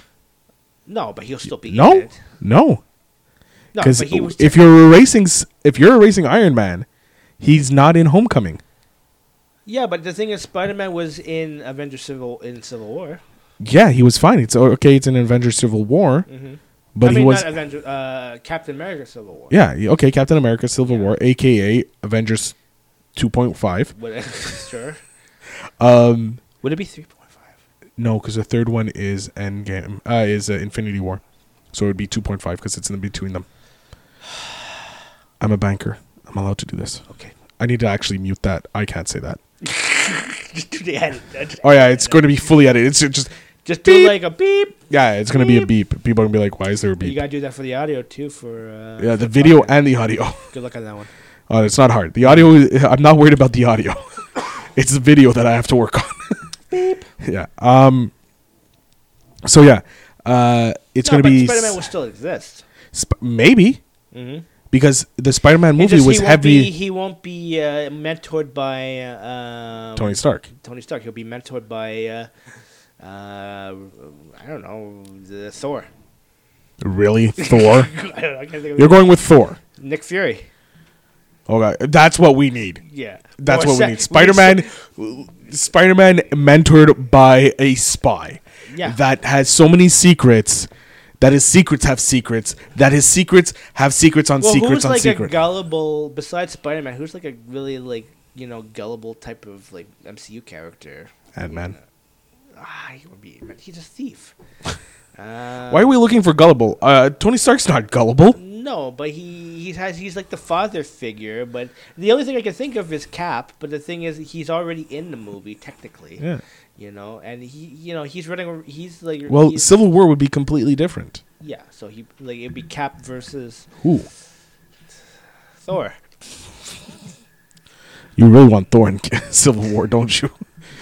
Speaker 4: No, but he'll still be
Speaker 1: No,
Speaker 4: in it.
Speaker 1: no,
Speaker 4: No,
Speaker 1: because
Speaker 4: but he was.
Speaker 1: if you're erasing, s- if you're erasing Iron Man, he's not in Homecoming.
Speaker 4: yeah, but the thing is, Spider Man was in Avengers Civil in Civil War.
Speaker 1: Yeah, he was fine. It's oh, okay. It's an Avengers Civil War,
Speaker 4: Mhm.
Speaker 1: but
Speaker 4: I
Speaker 1: he
Speaker 4: mean,
Speaker 1: was.
Speaker 4: not Avenger, uh, Captain America Civil War.
Speaker 1: yeah, he- okay. Captain America: Civil War, aka Avengers 2.5.
Speaker 4: Would- sure.
Speaker 1: Um,
Speaker 4: Would it be three point five?
Speaker 1: no, because the third one is Endgame. Uh, is uh, Infinity War, so it would be 2.5 because it's in between them. I'm a banker. I'm allowed to do this.
Speaker 4: Okay.
Speaker 1: I need to actually mute that. I can't say that.
Speaker 4: Just do the edit. Just-
Speaker 1: Oh yeah, it's going to be fully edited. It's just
Speaker 4: Just do
Speaker 1: Beep.
Speaker 4: like a beep.
Speaker 1: yeah, it's going to be a beep. People are going to be like, "Why is there a
Speaker 4: You
Speaker 1: beep?"
Speaker 4: gotta do that for the audio too. For uh,
Speaker 1: Yeah,
Speaker 4: for
Speaker 1: the video
Speaker 4: podcast.
Speaker 1: and the audio.
Speaker 4: Good luck on that one.
Speaker 1: Uh, it's not hard. The audio, is- I'm not worried about the audio. it's the video that I have to work on. Yeah. Um. So yeah, uh, it's
Speaker 4: no,
Speaker 1: going to be
Speaker 4: Spider Man
Speaker 1: s-
Speaker 4: will still exist.
Speaker 1: sp- maybe
Speaker 4: Mm-hmm.
Speaker 1: because the Spider-Man movie was
Speaker 4: he
Speaker 1: heavy.
Speaker 4: Won't be, he won't be uh, mentored by uh, um,
Speaker 1: Tony Stark.
Speaker 4: Tony Stark. He'll be mentored by uh, uh, I don't know the Thor.
Speaker 1: Really, Thor?
Speaker 4: I don't know, I can't think of
Speaker 1: You're going with Thor.
Speaker 4: it. Nick Fury.
Speaker 1: Okay, that's what we need.
Speaker 4: Yeah,
Speaker 1: That's
Speaker 4: Or
Speaker 1: what
Speaker 4: Sa-
Speaker 1: we need. Spider-Man, Spider-Man mentored by a spy
Speaker 4: Yeah.
Speaker 1: that has so many secrets that his secrets have secrets that his secrets have secrets on
Speaker 4: well,
Speaker 1: secrets
Speaker 4: who's
Speaker 1: on
Speaker 4: like a
Speaker 1: secret.
Speaker 4: gullible besides Spider Man? Who's like a really like you know gullible type of like MCU character?
Speaker 1: Ant-Man.
Speaker 4: Ah, he would be, but he's a thief. uh,
Speaker 1: Why are we looking for gullible? Uh, Tony Stark's not gullible.
Speaker 4: No, but he he has he's like the father figure. But the only thing I can think of is Cap. But the thing is, he's already in the movie technically.
Speaker 1: Yeah.
Speaker 4: You know, and he you know he's running. a- He's like
Speaker 1: Well,
Speaker 4: he's-
Speaker 1: Civil War would be completely different.
Speaker 4: yeah. So he like it'd be Cap versus
Speaker 1: Who?
Speaker 4: Thor.
Speaker 1: You really want Thor in Civil War, don't you?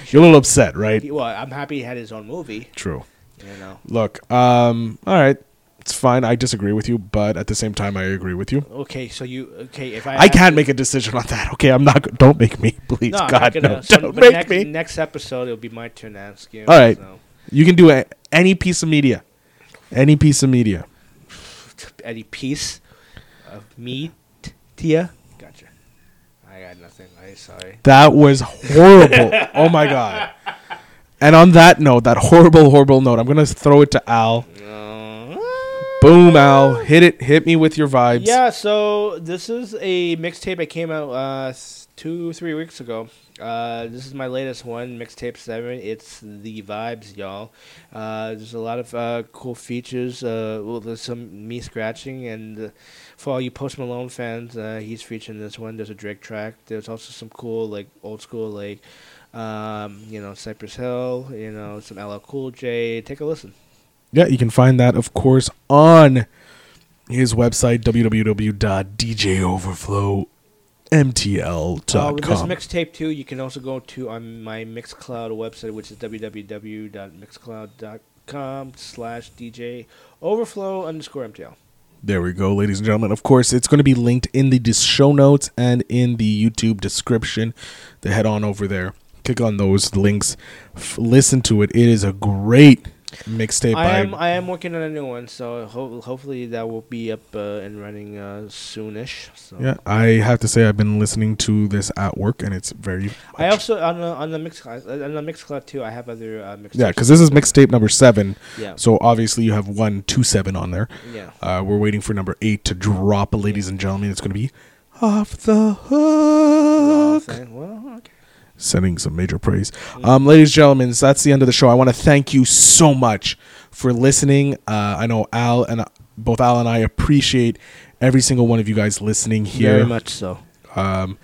Speaker 1: You're a little upset, right?
Speaker 4: He- well, I'm happy he had his own movie.
Speaker 1: True.
Speaker 4: You know.
Speaker 1: Look, um, all right, it's fine. I disagree with you, but at the same time, I agree with you.
Speaker 4: Okay, so you okay if I
Speaker 1: I can't make a decision on that. Okay, I'm not. go- Don't make me, please.
Speaker 4: No, I'm not
Speaker 1: God,
Speaker 4: gonna,
Speaker 1: no,
Speaker 4: so-
Speaker 1: don't
Speaker 4: but
Speaker 1: make
Speaker 4: next,
Speaker 1: me.
Speaker 4: Next episode, it'll be my turn to ask you.
Speaker 1: All right.
Speaker 4: so.
Speaker 1: You can do a, any piece of media, any piece of media.
Speaker 4: any piece of meat, Tia? Gotcha. I got nothing. I sorry.
Speaker 1: That was horrible. oh my god. And on that note, that horrible, horrible note, I'm gonna throw it to Al.
Speaker 4: Uh,
Speaker 1: Boom, Al, hit it. Hit me with your vibes.
Speaker 4: Yeah, so this is a mixtape that came out uh, s- two, three weeks ago. Uh, this is my latest one, mixtape seven. It's the vibes, y'all. Uh, there's a lot of uh, cool features. Uh, well, there's some me scratching, and uh, for all you Post Malone fans, uh, he's featured in this one. There's a Drake track. There's also some cool, like old school, like um, you know Cypress Hill. You know some LL Cool J. Take a listen.
Speaker 1: Yeah, you can find that, of course, on his website
Speaker 4: Oh, Uh, with this
Speaker 1: www.djoverflowmtl.com.
Speaker 4: mixtape too, you can also go to on my Mixcloud website, which is www.mixcloud.com slash DJ Overflow underscore MTL.
Speaker 1: There we go, ladies and gentlemen. Of course, it's going to be linked in the dis- show notes and in the YouTube description. To head on over there, click on those links, f- listen to it. It is a great, mixtape.
Speaker 4: I am
Speaker 1: I,
Speaker 4: I am working on a new one, so ho- hopefully that will be up uh, and running uh, soonish. So.
Speaker 1: yeah, I have to say I've been listening to this at work, and it's very.
Speaker 4: I
Speaker 1: much-
Speaker 4: also on the on the mix uh, on the mix club too. I have other uh, mix.
Speaker 1: yeah, because this is mixtape number seven.
Speaker 4: yeah,
Speaker 1: So obviously you have one, two, seven on there.
Speaker 4: yeah.
Speaker 1: Uh, we're waiting for number eight to drop, ladies and gentlemen. It's going to be off the hook.
Speaker 4: Thing. Well, okay.
Speaker 1: sending some major praise. Um, ladies and gentlemen, so that's the end of the show. I want to thank you so much for listening. Uh, I know Al and both Al and I appreciate every single one of you guys listening here.
Speaker 4: very much so.
Speaker 1: Um,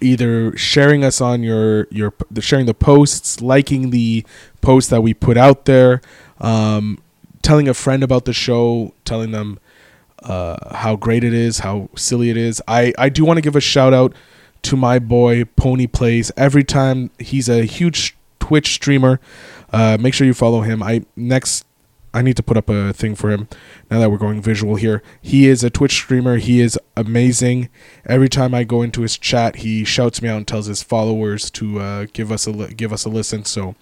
Speaker 1: either sharing us on your your the sharing the posts, liking the posts that we put out there, um, telling a friend about the show, telling them uh, how great it is, how silly it is. I, I do want to give a shout out to my boy Pony Plays. Every time he's a huge Twitch streamer, uh, make sure you follow him. I next I need to put up a thing for him now that we're going visual here. He is a Twitch streamer. He is amazing. Every time I go into his chat, he shouts me out and tells his followers to uh, give us a li- give us a listen. So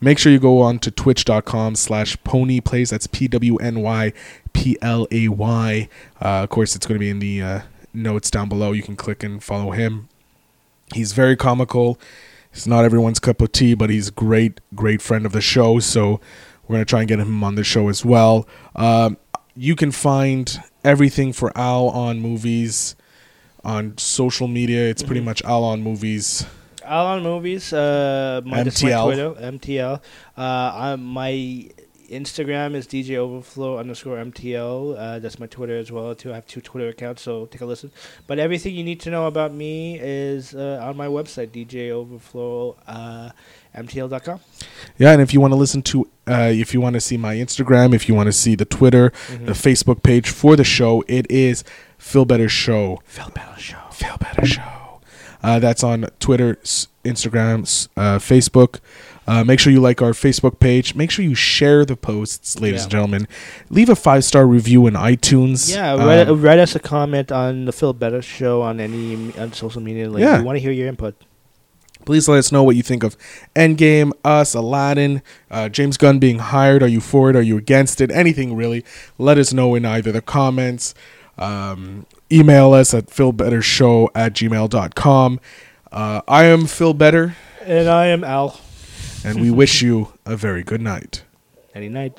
Speaker 1: make sure you go on to twitch.com slash pony plays that's p-w-n-y-p-l-a-y uh, of course it's going to be in the uh, notes down below you can click and follow him he's very comical he's not everyone's cup of tea but he's a great great friend of the show so we're going to try and get him on the show as well um, you can find everything for al on movies on social media it's pretty much al on movies
Speaker 4: Out on movies. Uh, my, this is
Speaker 1: MTL.
Speaker 4: my Twitter, MTL. Uh, i my Instagram is DJ Overflow underscore MTL. Uh, that's my Twitter as well too. I have two Twitter accounts, so take a listen. But everything you need to know about me is uh, on my website, DJ Overflow. Uh, MTL.com.
Speaker 1: Yeah, and if you want to listen to, uh, if you want to see my Instagram, if you want to see the Twitter,
Speaker 4: Mm-hmm.
Speaker 1: the Facebook page for the show, it is Phil Better Show. Phil Better Show. Phil Better Show. Uh, that's on Twitter, s- Instagram, s- uh, Facebook. Uh, make sure you like our Facebook page. Make sure you share the posts, ladies
Speaker 4: Yeah.
Speaker 1: and gentlemen. Leave a five star review in iTunes.
Speaker 4: Yeah, write,
Speaker 1: Um,
Speaker 4: write us a comment on the Phil Better show on any on social media. Like,
Speaker 1: Yeah.
Speaker 4: We want to hear your input.
Speaker 1: Please let us know what you think of Endgame, Us, Aladdin, uh, James Gunn being hired. Are you for it? Are you against it? Anything really. Let us know in either the comments. Um, email us at philbettershow at gmail.com. Uh, I am Phil Better,
Speaker 4: And I am Al.
Speaker 1: and we wish you a very good night.
Speaker 4: Any night.